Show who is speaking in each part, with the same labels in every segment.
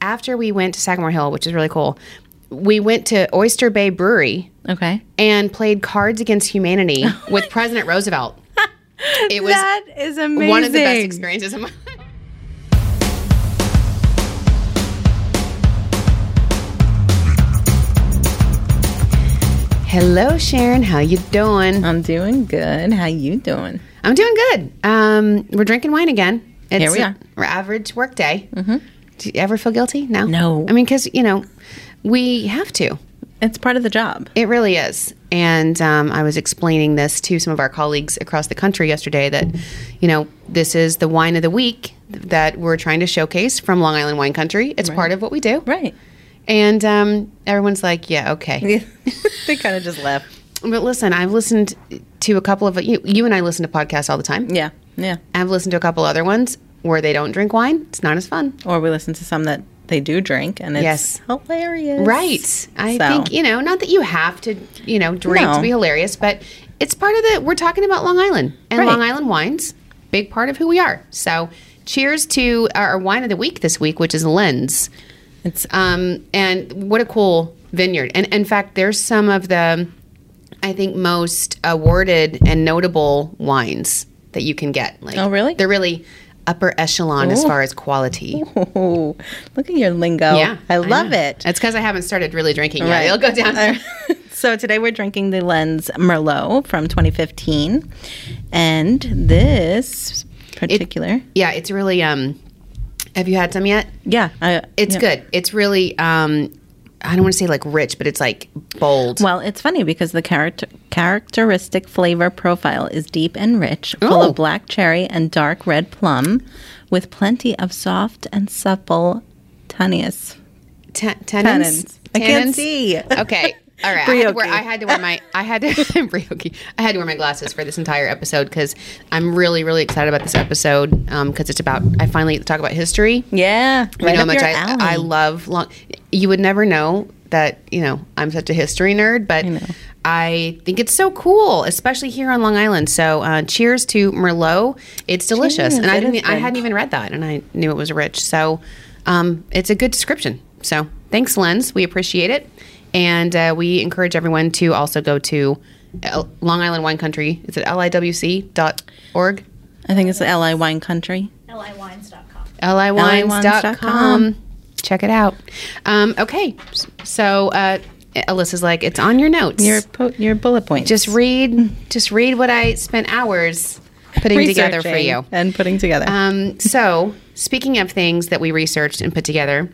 Speaker 1: after we went to Sagamore Hill, which is really cool, we went to Oyster Bay Brewery
Speaker 2: Okay.
Speaker 1: and played Cards Against Humanity with President Roosevelt. It was
Speaker 2: Oh that is amazing.
Speaker 1: one of the best experiences of my Hello, Sharon. How you doing?
Speaker 2: I'm doing good. How you doing?
Speaker 1: I'm doing good. Um, we're drinking wine again. It's
Speaker 2: Here we are.
Speaker 1: Our average work day. Mm-hmm. Do you ever feel guilty? No.
Speaker 2: No.
Speaker 1: I mean, because, you know, we have to.
Speaker 2: It's part of the job.
Speaker 1: It really is. And um, I was explaining this to some of our colleagues across the country yesterday that, you know, this is the wine of the week that we're trying to showcase from Long Island wine country. It's part of what we do.
Speaker 2: Right.
Speaker 1: And um, everyone's like, yeah, okay.
Speaker 2: they kind of just left.
Speaker 1: But listen, I've listened to a couple of, you, you and I listen to podcasts all the time.
Speaker 2: Yeah. Yeah.
Speaker 1: I've listened to a couple other ones where they don't drink wine. It's not as fun.
Speaker 2: Or we listen to some that they do drink and it's
Speaker 1: Yes.
Speaker 2: hilarious.
Speaker 1: Right. I
Speaker 2: So-
Speaker 1: think, you know, not that you have to, you know, drink
Speaker 2: No.
Speaker 1: to be hilarious, but it's part of the, we're talking about Long Island and
Speaker 2: Right.
Speaker 1: Long Island wines, big part of who we are. So cheers to our wine of the week this week, which is Lens.
Speaker 2: It's
Speaker 1: Um, and what a cool vineyard. And in fact, there's some of the, I think, most awarded and notable wines that you can get. Like,
Speaker 2: Oh, really?
Speaker 1: They're really upper echelon as
Speaker 2: Ooh.
Speaker 1: far as quality.
Speaker 2: oh, look at your lingo.
Speaker 1: Yeah,
Speaker 2: Oh, I love
Speaker 1: know.
Speaker 2: it.
Speaker 1: It's because I haven't started really drinking yet.
Speaker 2: Right.
Speaker 1: It'll go down.
Speaker 2: so today we're drinking the Lens Merlot from 2015, and this particular,
Speaker 1: yeah, it's really. Um, have you had some yet?
Speaker 2: yeah, I,
Speaker 1: It's
Speaker 2: yeah.
Speaker 1: good. It's really. Um, I don't want to say like rich, but it's like bold.
Speaker 2: Well, it's funny because the character characteristic flavor profile is deep and rich, full
Speaker 1: Ooh.
Speaker 2: of black cherry and dark red plum, with plenty of soft and supple tanniness.
Speaker 1: Ta- tannins.
Speaker 2: I can't
Speaker 1: Tannins?
Speaker 2: see.
Speaker 1: Okay. All right. I had, to wear,
Speaker 2: Brioche.
Speaker 1: I had to wear my I had to brioche. I had to wear my glasses for this entire episode because I'm really really excited about this episode because it's about I finally get to talk about history.
Speaker 2: Yeah,
Speaker 1: you know how much I, I love long. You would never know that you know I'm such a history nerd, but I, think it's so cool, especially here on Long Island. So, uh, cheers to Merlot. It's delicious, and I
Speaker 2: It
Speaker 1: didn't. e,
Speaker 2: is
Speaker 1: I
Speaker 2: good.
Speaker 1: hadn't even read that, and I knew it was rich. So, um, it's a good description. So, thanks, Lens. We appreciate it, and uh, we encourage everyone to also go to L- Long Island Wine Country. Is it liwc.org?
Speaker 2: I think it's the Li Wine Country.
Speaker 3: liwines.com.
Speaker 1: liwines.com. Check it out. Um, okay. S- So uh, Alyssa's like, it's on your notes.
Speaker 2: Your po- your bullet points.
Speaker 1: just read just read what I spent hours putting together for
Speaker 2: Researching
Speaker 1: you.
Speaker 2: and putting together.
Speaker 1: Um, so speaking of things that we researched and put together,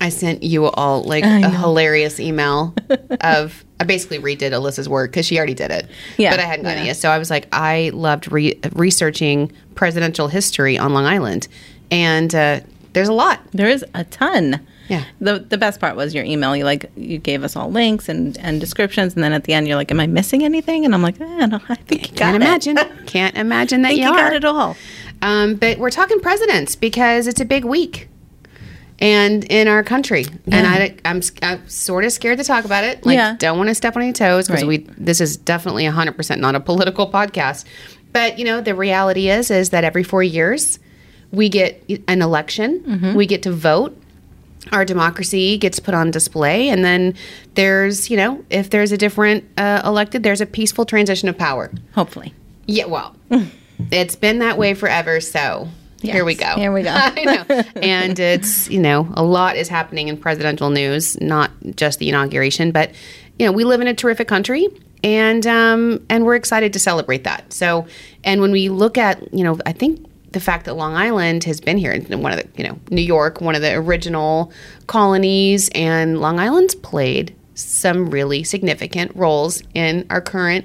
Speaker 1: I sent you all like a hilarious email of I basically redid Alyssa's work because she already did it.
Speaker 2: Yeah,
Speaker 1: but I hadn't done
Speaker 2: yeah.
Speaker 1: it yet. So I was like, I loved re- researching presidential history on Long Island, and uh, there's a lot.
Speaker 2: There is a ton.
Speaker 1: Yeah.
Speaker 2: The the best part was your email. You like you gave us all links and, and descriptions, and then at the end you're like, "Am I missing anything?" And I'm like, eh, no, "I think you got
Speaker 1: Can't
Speaker 2: it.
Speaker 1: imagine. Can't imagine that
Speaker 2: I think
Speaker 1: you
Speaker 2: you
Speaker 1: are.
Speaker 2: got it all."
Speaker 1: Um, but we're talking presidents because it's a big week, and in our country. And I, I'm, s- I'm sort of scared to talk about it. Like,
Speaker 2: Yeah.
Speaker 1: don't want to step on any toes because
Speaker 2: Right.
Speaker 1: we. This is definitely 100 percent not a political podcast. But you know, the reality is is that every four years we get e, an election.
Speaker 2: Mm-hmm.
Speaker 1: We get to vote. Our democracy gets put on display, and then there's, you know, if there's a different uh, elected, there's a peaceful transition of power.
Speaker 2: Hopefully,
Speaker 1: Yeah, well, it's been that way forever. So here we go.
Speaker 2: Yes, here we go.
Speaker 1: I know. And it's, you know, a lot is happening in presidential news, not just the inauguration, but, you know, we live in a terrific country. And um, and we're excited to celebrate that. So, and when we look at, you know, I think the fact that Long Island has been here, and one of the, you know, New York, one of the original colonies, and Long Island's played some really significant roles in our current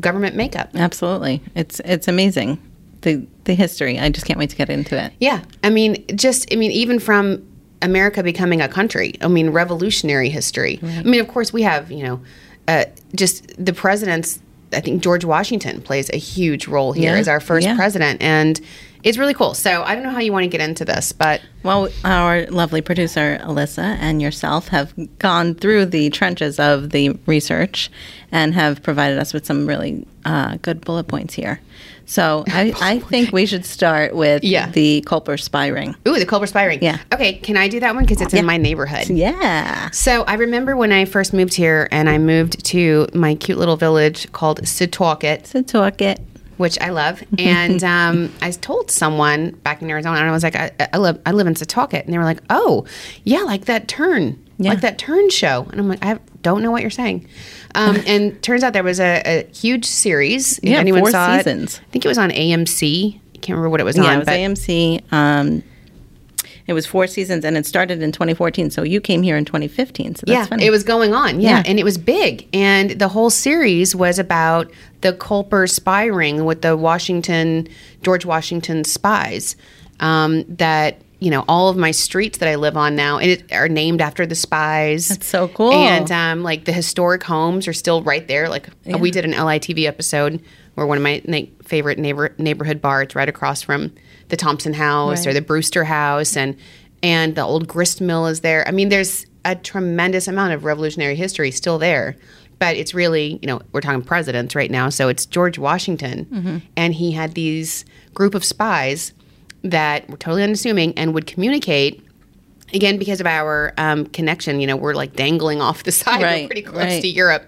Speaker 1: government makeup.
Speaker 2: absolutely. It's it's amazing the the history. I just can't wait to get into it.
Speaker 1: Yeah. I mean, just, I mean, even from America becoming a country, I mean, revolutionary history. I mean, of course, we have, you know, uh, just the presidents. I think George Washington plays a huge role here
Speaker 2: Yeah.
Speaker 1: as our first
Speaker 2: Yeah.
Speaker 1: president. And it's really cool. So I don't know how you want to get into this, but
Speaker 2: Well, our lovely producer Alyssa and yourself have gone through the trenches of the research and have provided us with some really uh, good bullet points here. So I, I think we should start with
Speaker 1: Yeah.
Speaker 2: the Culper spy ring.
Speaker 1: Ooh, the Culver Spy Ring.
Speaker 2: Yeah.
Speaker 1: Okay, can I do that one? Because it's in my neighborhood.
Speaker 2: Yeah.
Speaker 1: So I remember when I first moved here and I moved to my cute little village called Sitwocket.
Speaker 2: To talk it.
Speaker 1: which I love. And um, I told someone back in Arizona, and I was like, I, I live, I live in Setauket, and they were like, Oh, yeah, like that turn, like that turn show. And I'm like, I don't know what you're saying. Um, and turns out there was a, a huge series. If
Speaker 2: Yeah,
Speaker 1: anyone
Speaker 2: four
Speaker 1: saw it,
Speaker 2: seasons.
Speaker 1: I think it was on AMC. I can't remember what it was
Speaker 2: Yeah,
Speaker 1: on,
Speaker 2: it was
Speaker 1: but
Speaker 2: AMC. Um, it was four seasons and it started in 2014. So you came here in 2015. So that's
Speaker 1: yeah,
Speaker 2: funny.
Speaker 1: it was going on. Yeah,
Speaker 2: Yeah.
Speaker 1: and it was big. And the whole series was about the Culper spy ring with the Washington, George Washington spies. Um, that you know, all of my streets that I live on now and it, are named after the spies. That's
Speaker 2: so cool.
Speaker 1: And um, like the historic homes are still right there. Like we did an LITV episode where one of my na- favorite neighbor neighborhood bars right across from the Thompson House or
Speaker 2: Right.
Speaker 1: the Brewster House and and the old grist mill is there. I mean, there's a tremendous amount of revolutionary history still there. But it's really, you know, we're talking presidents right now. So it's George Washington.
Speaker 2: Mm-hmm.
Speaker 1: And he had these group of spies that were totally unassuming and would communicate, again, because of our um, connection, you know, we're like dangling off the side.
Speaker 2: Right,
Speaker 1: we're pretty close
Speaker 2: right.
Speaker 1: to Europe.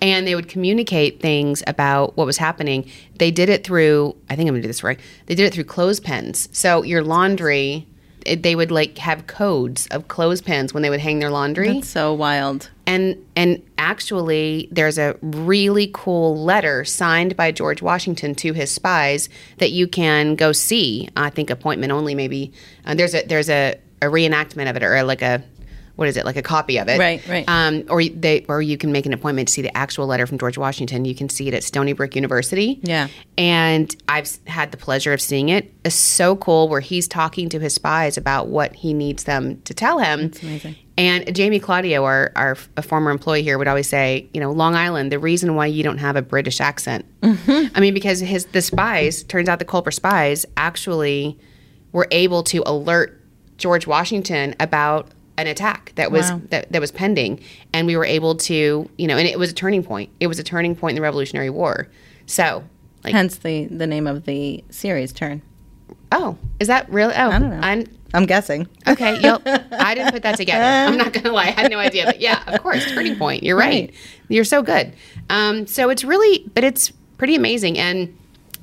Speaker 1: And they would communicate things about what was happening. They did it through, I think I'm going to do this right. They did it through clothespins. So your laundry, it, they would like have codes of clothespins when they would hang their laundry.
Speaker 2: That's so wild.
Speaker 1: and and actually there's a really cool letter signed by George Washington to his spies that you can go see. I think appointment only maybe. Uh, there's a there's a, a reenactment of it or like a what is it like a copy of it
Speaker 2: Right, right.
Speaker 1: um, or y- they or you can make an appointment to see the actual letter from George Washington. You can see it at Stony Brook University.
Speaker 2: Yeah.
Speaker 1: and I've s- had the pleasure of seeing it. It's so cool where he's talking to his spies about what he needs them to tell him. That's amazing. And Jamie Claudio, our, our f- a former employee here, would always say, you know, Long Island, the reason why you don't have a British accent. I mean, because his the spies turns out the Culper spies actually were able to alert George Washington about an attack that was
Speaker 2: Wow.
Speaker 1: that, that was pending and we were able to you know and it was a turning point it was a turning point in the revolutionary war so like
Speaker 2: Hence the, the name of the series, Turn.
Speaker 1: oh is that really oh i
Speaker 2: don't know.
Speaker 1: am
Speaker 2: I'm guessing.
Speaker 1: okay yep i didn't put that together i'm not gonna lie i had no idea but yeah of course turning point you're right,
Speaker 2: Right.
Speaker 1: you're so good um, so it's really but it's pretty amazing and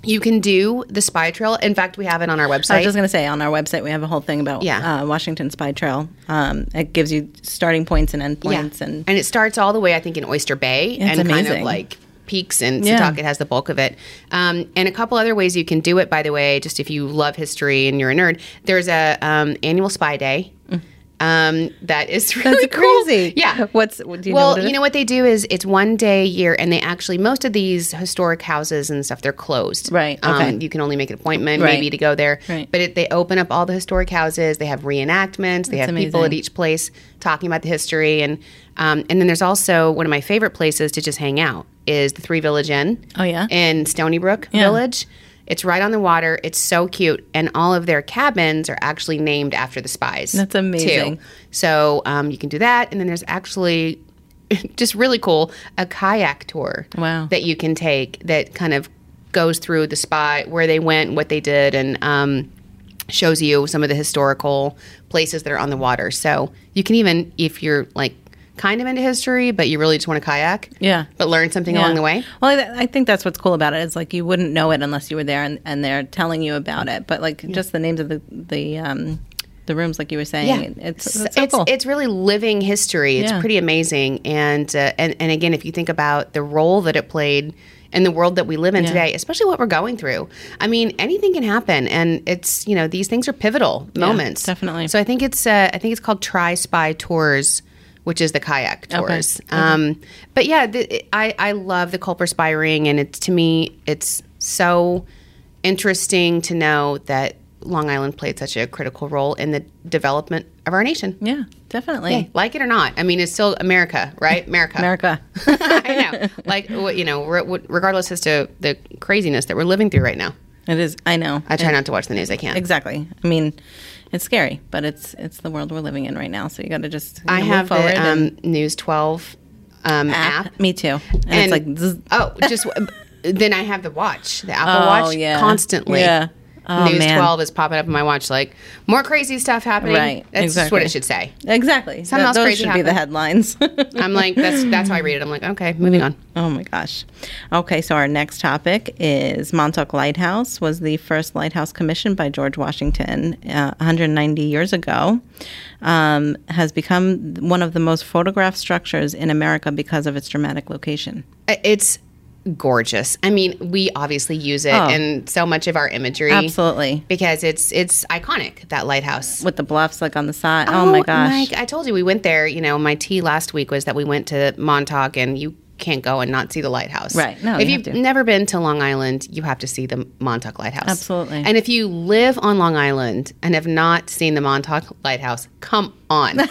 Speaker 1: you can do the spy trail in fact we have it on our
Speaker 2: I
Speaker 1: website
Speaker 2: was just going to say on our website we have a whole thing about
Speaker 1: Yeah.
Speaker 2: uh, Washington Spy Trail. Um, it gives you starting points and end points, and
Speaker 1: it starts all the way I think in Oyster Bay and kind of
Speaker 2: amazing.
Speaker 1: like peaks and
Speaker 2: Yeah.
Speaker 1: Setauket has the bulk of it. Um, and a couple other ways you can do it. By the way, just if you love history and you're a nerd, there's a um, annual Spy Day.
Speaker 2: Mm.
Speaker 1: Um, that is really cool.
Speaker 2: crazy.
Speaker 1: Yeah.
Speaker 2: What's- do you know
Speaker 1: well,
Speaker 2: what it
Speaker 1: you
Speaker 2: is?
Speaker 1: know what they do is it's one day a year, and they actually most of these historic houses and stuff they're closed.
Speaker 2: Right, okay.
Speaker 1: Um, you can only make an appointment
Speaker 2: Right.
Speaker 1: maybe to go there.
Speaker 2: Right.
Speaker 1: But it, they open up all the historic houses. They have reenactments. They have people at
Speaker 2: amazing.
Speaker 1: each each place talking about the history and um, and then there's also one of my favorite places to just hang out is the Three Village Inn.
Speaker 2: Oh, yeah?
Speaker 1: in Stony Brook Village. It's right on the water. It's so cute, and all of their cabins are actually named after the spies.
Speaker 2: That's
Speaker 1: too.
Speaker 2: amazing.
Speaker 1: So um, you can do that, and then there's actually just really cool a kayak tour
Speaker 2: Wow.
Speaker 1: that you can take that kind of goes through the spot where they went, what they did, and um, shows you some of the historical places that are on the water. So you can even, if you're like kind of into history, but you really just want to kayak,
Speaker 2: Yeah.
Speaker 1: but learn something
Speaker 2: Yeah.
Speaker 1: along the way.
Speaker 2: Well, I, I think that's what's cool about it is like you wouldn't know it unless you were there and, and they're telling you about it. But like just the names of the the um, the rooms, like you were saying, it- it's,
Speaker 1: S-
Speaker 2: it's so
Speaker 1: it's,
Speaker 2: cool.
Speaker 1: it's really living history. It's
Speaker 2: Yeah.
Speaker 1: pretty amazing, and uh, and and again, if you think about the role that it played in the world that we live in today, especially what we're going through, I mean, anything can happen, and it's you know these things are pivotal moments,
Speaker 2: definitely.
Speaker 1: So I think it's uh, I think it's called Try Spy Tours. Which is the kayak tours, um, but yeah, the, I I love the Culper Spy Ring, and it's to me it's so interesting to know that Long Island played such a critical role in the development of our nation.
Speaker 2: yeah, definitely.
Speaker 1: Like it or not, I mean, it's still America, right? America.
Speaker 2: America.
Speaker 1: I know. Like, what- you know, re- what- regardless as to the craziness that we're living through right now,
Speaker 2: it is. I know.
Speaker 1: I try not to watch the news. I can't.
Speaker 2: exactly. I mean, it's scary, but it's it's the world we're living in right now. So you got to just you
Speaker 1: I
Speaker 2: know,
Speaker 1: have
Speaker 2: move forward
Speaker 1: the
Speaker 2: and
Speaker 1: um, News 12 um, app.
Speaker 2: Me too. And, it's like zzz.
Speaker 1: oh, just then I have the watch, the Apple
Speaker 2: Oh,
Speaker 1: Watch,
Speaker 2: yeah.
Speaker 1: constantly.
Speaker 2: Yeah. Oh,
Speaker 1: News
Speaker 2: man.
Speaker 1: 12 is popping up in my watch, like more crazy stuff happening.
Speaker 2: Right,
Speaker 1: That's just what
Speaker 2: exactly.
Speaker 1: it should say.
Speaker 2: Exactly.
Speaker 1: Something
Speaker 2: Th-
Speaker 1: else
Speaker 2: those
Speaker 1: crazy
Speaker 2: should be the
Speaker 1: happened.
Speaker 2: headlines.
Speaker 1: I'm like, that's that's how I read it. I'm like, okay, moving on.
Speaker 2: Oh my gosh. Okay, so our next topic is Montauk Lighthouse was the first lighthouse commissioned by George Washington uh, 190 years ago. Um, has become one of the most photographed structures in America because of its dramatic location.
Speaker 1: I- It's gorgeous. I mean, we obviously use it
Speaker 2: Oh.
Speaker 1: in so much of our imagery.
Speaker 2: Absolutely.
Speaker 1: Because it's it's iconic, that lighthouse.
Speaker 2: With the bluffs like on the side. Oh, my gosh.
Speaker 1: Mike, I told you we went there. You know, my tea last week was that we went to Montauk and you can't go and not see the lighthouse.
Speaker 2: Right. No,
Speaker 1: if
Speaker 2: you
Speaker 1: have
Speaker 2: have to.
Speaker 1: never been to Long Island, you have to see the Montauk Lighthouse.
Speaker 2: Absolutely.
Speaker 1: And if you live on Long Island and have not seen the Montauk Lighthouse, come on.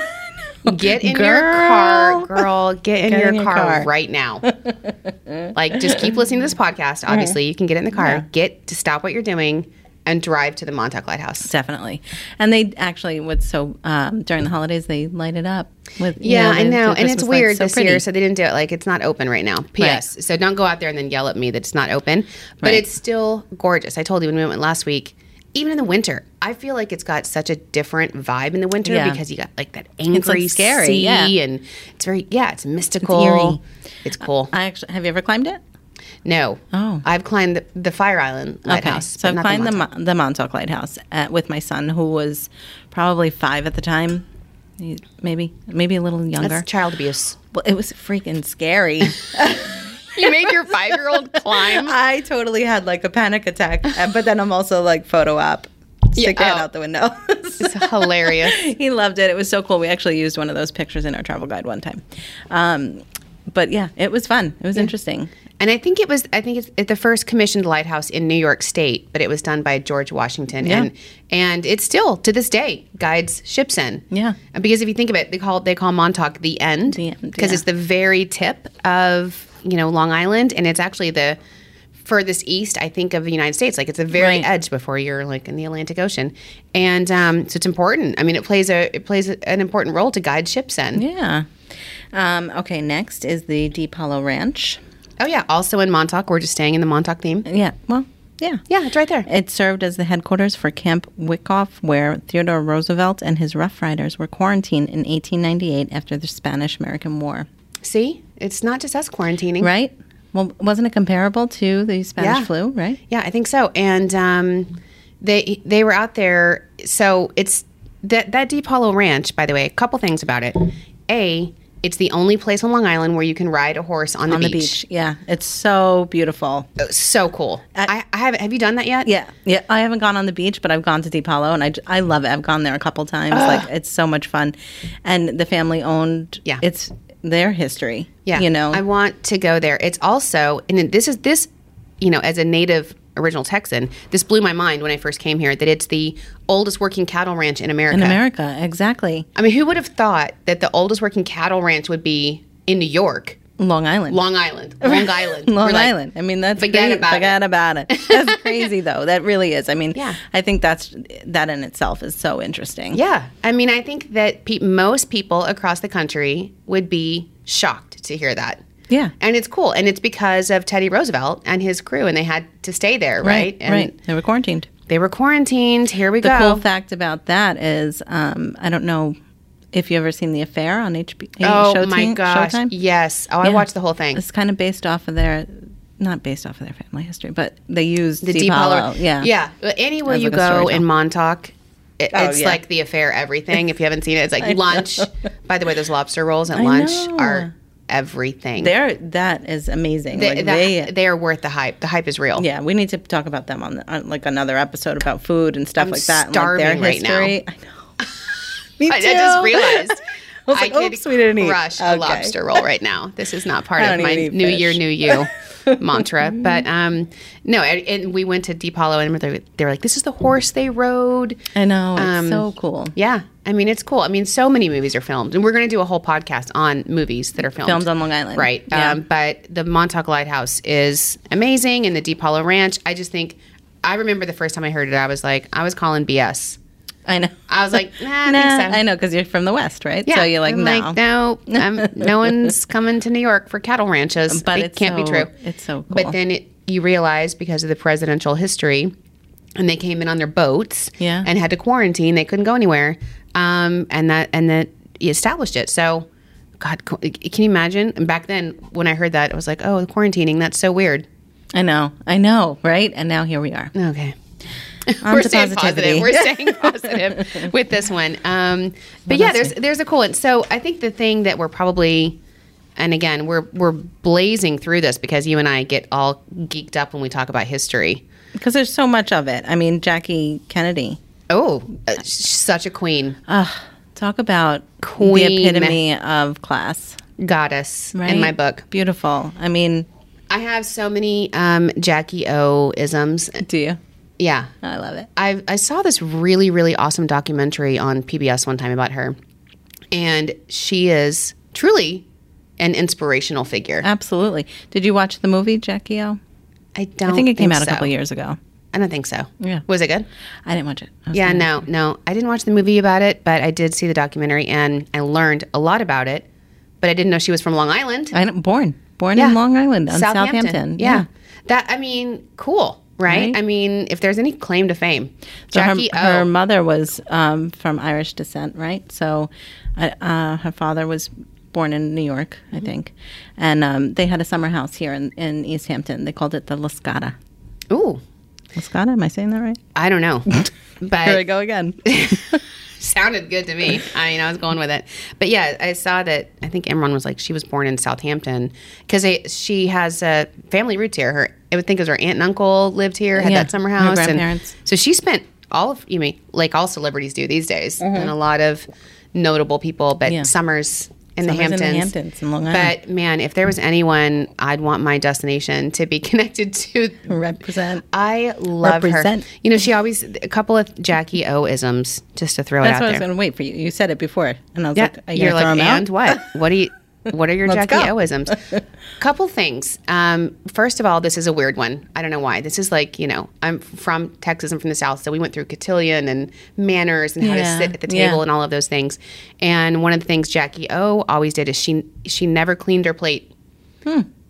Speaker 1: Get in your car, girl. Get in, your,
Speaker 2: in your
Speaker 1: car,
Speaker 2: car.
Speaker 1: right now. like, just keep listening to this podcast. Obviously, you can get in the car. Get to stop what you're doing and drive to the Montauk Lighthouse.
Speaker 2: Definitely. And they actually, what's so, um, during the holidays, they light it up with. you
Speaker 1: Yeah, I
Speaker 2: the-
Speaker 1: know, and
Speaker 2: the
Speaker 1: it's
Speaker 2: Christmas lights.
Speaker 1: weird
Speaker 2: So
Speaker 1: this
Speaker 2: pretty.
Speaker 1: year, so they didn't do it. Like it's not open right now. P.S. So don't go out there and then yell at me that it's not open. But
Speaker 2: Right.
Speaker 1: it's still gorgeous. I told you when we went last week. Even in the winter, I feel like it's got such a different vibe in the winter
Speaker 2: Yeah.
Speaker 1: because you got like that angry,
Speaker 2: scary,
Speaker 1: sea,
Speaker 2: yeah.
Speaker 1: and it's very yeah, it's mystical.
Speaker 2: eerie. Uh,
Speaker 1: It's cool.
Speaker 2: I actually, have you ever climbed it?
Speaker 1: no,
Speaker 2: Oh.
Speaker 1: I've climbed the, the Fire Island lighthouse. but
Speaker 2: So I
Speaker 1: not the
Speaker 2: climbed the,
Speaker 1: Montauk.
Speaker 2: Mon- the Montauk Lighthouse uh, with my son, who was probably five at the time, He- maybe maybe a little younger.
Speaker 1: That's child abuse.
Speaker 2: well, it was freaking scary.
Speaker 1: You made your five year old climb.
Speaker 2: I totally had like a panic attack, uh, but then I'm also like photo op, stick
Speaker 1: Yeah,
Speaker 2: that
Speaker 1: oh.
Speaker 2: out the window.
Speaker 1: It's hilarious.
Speaker 2: he loved it. It was so cool. We actually used one of those pictures in our travel guide one time. Um, but yeah, it was fun. It was interesting.
Speaker 1: And I think it was I think it's it's the first commissioned lighthouse in New York State, but it was done by George Washington
Speaker 2: Yeah.
Speaker 1: and and it still to this day guides ships in.
Speaker 2: Yeah.
Speaker 1: And Because if you think of it, they call they call Montauk the end
Speaker 2: The end,
Speaker 1: because it's the very tip of, you know, Long Island and it's actually the furthest east I think of the United States. Like it's the very
Speaker 2: Right.
Speaker 1: edge before you're like in the Atlantic Ocean. And um, so it's important. I mean, it plays a it plays an important role to guide ships in.
Speaker 2: Yeah. Um, okay, next is the Deep Hollow Ranch.
Speaker 1: Oh yeah, also in Montauk, we're just staying in the Montauk theme.
Speaker 2: Yeah. Well, yeah.
Speaker 1: Yeah, it's right there.
Speaker 2: It served as the headquarters for Camp Wyckoff, where Theodore Roosevelt and his Rough Riders were quarantined in 1898 after the Spanish American War.
Speaker 1: See, it's not just us quarantining.
Speaker 2: Right? Well, wasn't it comparable to the Spanish
Speaker 1: Yeah.
Speaker 2: flu, right?
Speaker 1: Yeah, I think so. And um, they they were out there. So it's that that Deep Hollow Ranch. By the way, a couple things about it. A, it's the only place on Long Island where you can ride a horse on the,
Speaker 2: On the beach. Yeah. It's so beautiful.
Speaker 1: Oh, So cool. I, I haven't. Have you done that yet?
Speaker 2: Yeah. Yeah. I haven't gone on the beach, but I've gone to Deep Hollow and I, j- I love it. I've gone there a couple times. Like, it's so much fun. And the family owned,
Speaker 1: Yeah.
Speaker 2: it's their history.
Speaker 1: Yeah.
Speaker 2: You know?
Speaker 1: I want to go there. It's also, and then this is this, you know, as a native original Texan, this blew my mind when I first came here that it's the oldest working cattle ranch in America.
Speaker 2: in America. Exactly.
Speaker 1: I mean, who would have thought that the oldest working cattle ranch would be in New York,
Speaker 2: Long Island.
Speaker 1: Long Island, Long Island,
Speaker 2: Long
Speaker 1: We're like,
Speaker 2: Island. I mean, that's
Speaker 1: forget
Speaker 2: crazy.
Speaker 1: about it.
Speaker 2: forget about it. That's crazy, though. That really is. I mean,
Speaker 1: Yeah.
Speaker 2: I think that's that in itself is so interesting.
Speaker 1: Yeah, I mean, I think that pe- most people across the country would be shocked to hear that.
Speaker 2: Yeah.
Speaker 1: and it's cool, and it's because of Teddy Roosevelt and his crew, and they had to stay there, right? And
Speaker 2: right. They were quarantined.
Speaker 1: They were quarantined. Here we
Speaker 2: The
Speaker 1: go.
Speaker 2: cool fact about that is, um, I don't know if you ever seen The Affair on HBO.
Speaker 1: oh
Speaker 2: Showtime,
Speaker 1: my gosh!
Speaker 2: Showtime.
Speaker 1: Yes. Oh, I
Speaker 2: Yeah.
Speaker 1: watched the whole thing.
Speaker 2: It's kind of based off of their, not based off of their family history, but they used
Speaker 1: the
Speaker 2: Deep, Hollow. Yeah.
Speaker 1: yeah. Well, Anywhere
Speaker 2: As
Speaker 1: you
Speaker 2: like a
Speaker 1: go
Speaker 2: storytell.
Speaker 1: in Montauk, it,
Speaker 2: Oh,
Speaker 1: it's
Speaker 2: yeah.
Speaker 1: like the affair everything. If you haven't seen it, it's like lunch. By the way, those lobster rolls at
Speaker 2: I
Speaker 1: lunch
Speaker 2: know.
Speaker 1: are everything.
Speaker 2: They're, that is amazing.
Speaker 1: They,
Speaker 2: Like,
Speaker 1: they,
Speaker 2: they-
Speaker 1: they are worth the hype. The hype is real.
Speaker 2: Yeah, we need to talk about them on, on like another episode about food and stuff
Speaker 1: I'm
Speaker 2: like that. and,
Speaker 1: starving right
Speaker 2: like,
Speaker 1: now.
Speaker 2: their history. I know. Me too.
Speaker 1: I, I just realized.
Speaker 2: I was like,
Speaker 1: could
Speaker 2: oops, we didn't eat.
Speaker 1: crush a
Speaker 2: Okay.
Speaker 1: lobster roll right now. This is not part
Speaker 2: I
Speaker 1: of
Speaker 2: don't
Speaker 1: my
Speaker 2: even eat
Speaker 1: New Year,
Speaker 2: fish.
Speaker 1: New You mantra. But um, no, and, and we went to Deep Hollow, and they were, they were like, "This is the horse they rode."
Speaker 2: I know. It's
Speaker 1: Um,
Speaker 2: so cool.
Speaker 1: Yeah, I mean it's cool. I mean, so many movies are filmed, and we're going to do a whole podcast on movies that are filmed,
Speaker 2: Filmed on Long Island.
Speaker 1: right?
Speaker 2: Yeah.
Speaker 1: Um, but the Montauk Lighthouse is amazing, and the Deep Hollow Ranch. I just think I remember the first time I heard it, I was like, I was calling BS.
Speaker 2: I know.
Speaker 1: I was like, nah, I think so.
Speaker 2: I know because you're from the West, right? So you're like,
Speaker 1: I'm
Speaker 2: no.
Speaker 1: no, um, no one's coming to New York for cattle ranches.
Speaker 2: But
Speaker 1: it
Speaker 2: it's
Speaker 1: can't be
Speaker 2: so-
Speaker 1: true.
Speaker 2: it's so
Speaker 1: But
Speaker 2: cool.
Speaker 1: then it you realize because of the presidential history, and they came in on their boats
Speaker 2: Yeah.
Speaker 1: and had to quarantine. They couldn't go anywhere, um, and that and that he established it. So, God, qu- can you imagine? And back then, when I heard that, I was like, "Oh, quarantining. That's so weird."
Speaker 2: I know, I know, right? And now here we are.
Speaker 1: Okay.
Speaker 2: On
Speaker 1: We're
Speaker 2: to
Speaker 1: staying positive.
Speaker 2: positivity.
Speaker 1: We're staying positive with this one. Um, but yeah, there's there's a cool one. So I think the thing that we're probably, and again, we're we're blazing through this because you and I get all geeked up when we talk about history.
Speaker 2: Because there's so much of it. I mean, Jackie Kennedy.
Speaker 1: Oh, uh, sh- such a queen,
Speaker 2: Ugh, talk about
Speaker 1: Queen.
Speaker 2: the epitome of class.
Speaker 1: goddess
Speaker 2: Right?
Speaker 1: in my book.
Speaker 2: Beautiful. I mean,
Speaker 1: I have so many um, Jackie O isms.
Speaker 2: do you?
Speaker 1: Yeah,
Speaker 2: I love it.
Speaker 1: I I saw this really really awesome documentary on PBS one time about her, and she is truly an inspirational figure.
Speaker 2: Uh, Absolutely. Did you watch the movie Jackie O?
Speaker 1: I don't.
Speaker 2: I think it came out a
Speaker 1: so.
Speaker 2: couple years ago.
Speaker 1: I don't think so.
Speaker 2: Yeah.
Speaker 1: Was it good?
Speaker 2: I didn't watch it. I was
Speaker 1: Yeah.
Speaker 2: gonna-
Speaker 1: No. No. I didn't watch the movie about it, but I did see the documentary and I learned a lot about it. But I didn't know she was from Long Island.
Speaker 2: I didn't, born. Born
Speaker 1: Yeah.
Speaker 2: in Long Island on Southampton.
Speaker 1: Yeah. That. I mean, cool. Right?
Speaker 2: Right.
Speaker 1: I mean, if there's any claim to fame,
Speaker 2: So her-
Speaker 1: Jackie
Speaker 2: her,
Speaker 1: O.
Speaker 2: mother was um, from Irish descent, right? So uh, uh, her father was born in New York, I think. And um, they had a summer house here in, in East Hampton. They called it the Lascada.
Speaker 1: Ooh,
Speaker 2: Lascada, am I saying that right?
Speaker 1: I don't know,
Speaker 2: Here we
Speaker 1: but
Speaker 2: go again.
Speaker 1: sounded good to me. I mean, I was going with it, but yeah, I saw that. I think Imran was like she was born in Southampton because she has a family roots here. Her, I would think it was her aunt and uncle lived here, had
Speaker 2: Yeah,
Speaker 1: that summer
Speaker 2: her
Speaker 1: house,
Speaker 2: grandparents.
Speaker 1: And so she spent all of you mean like all celebrities do these days, and a lot of notable people, but
Speaker 2: Mm-hmm. Yeah.
Speaker 1: summers. In the,
Speaker 2: Summers in the
Speaker 1: Hamptons.
Speaker 2: Hamptons, in Long Island.
Speaker 1: But man, if there was anyone I'd want my destination to be connected to,
Speaker 2: Represent.
Speaker 1: I love
Speaker 2: Represent.
Speaker 1: her. You know, she always a couple of Jackie O isms just to throw
Speaker 2: That's
Speaker 1: it
Speaker 2: what
Speaker 1: out
Speaker 2: I was
Speaker 1: there.
Speaker 2: going to wait for you. You said it before. And I was like, are you
Speaker 1: you're
Speaker 2: gonna
Speaker 1: like,
Speaker 2: throw 'em out?
Speaker 1: and what? What do you? What are your
Speaker 2: Let's
Speaker 1: Jackie
Speaker 2: go."
Speaker 1: O isms? couple things. Um, first of all, this is a weird one. I don't know why. This is like you know, I'm from Texas. I'm from the South, so we went through cotillion and manners and how to
Speaker 2: Yeah,
Speaker 1: sit at the
Speaker 2: yeah.
Speaker 1: table and all of those things. And one of the things Jackie O always did is she she never cleaned her plate.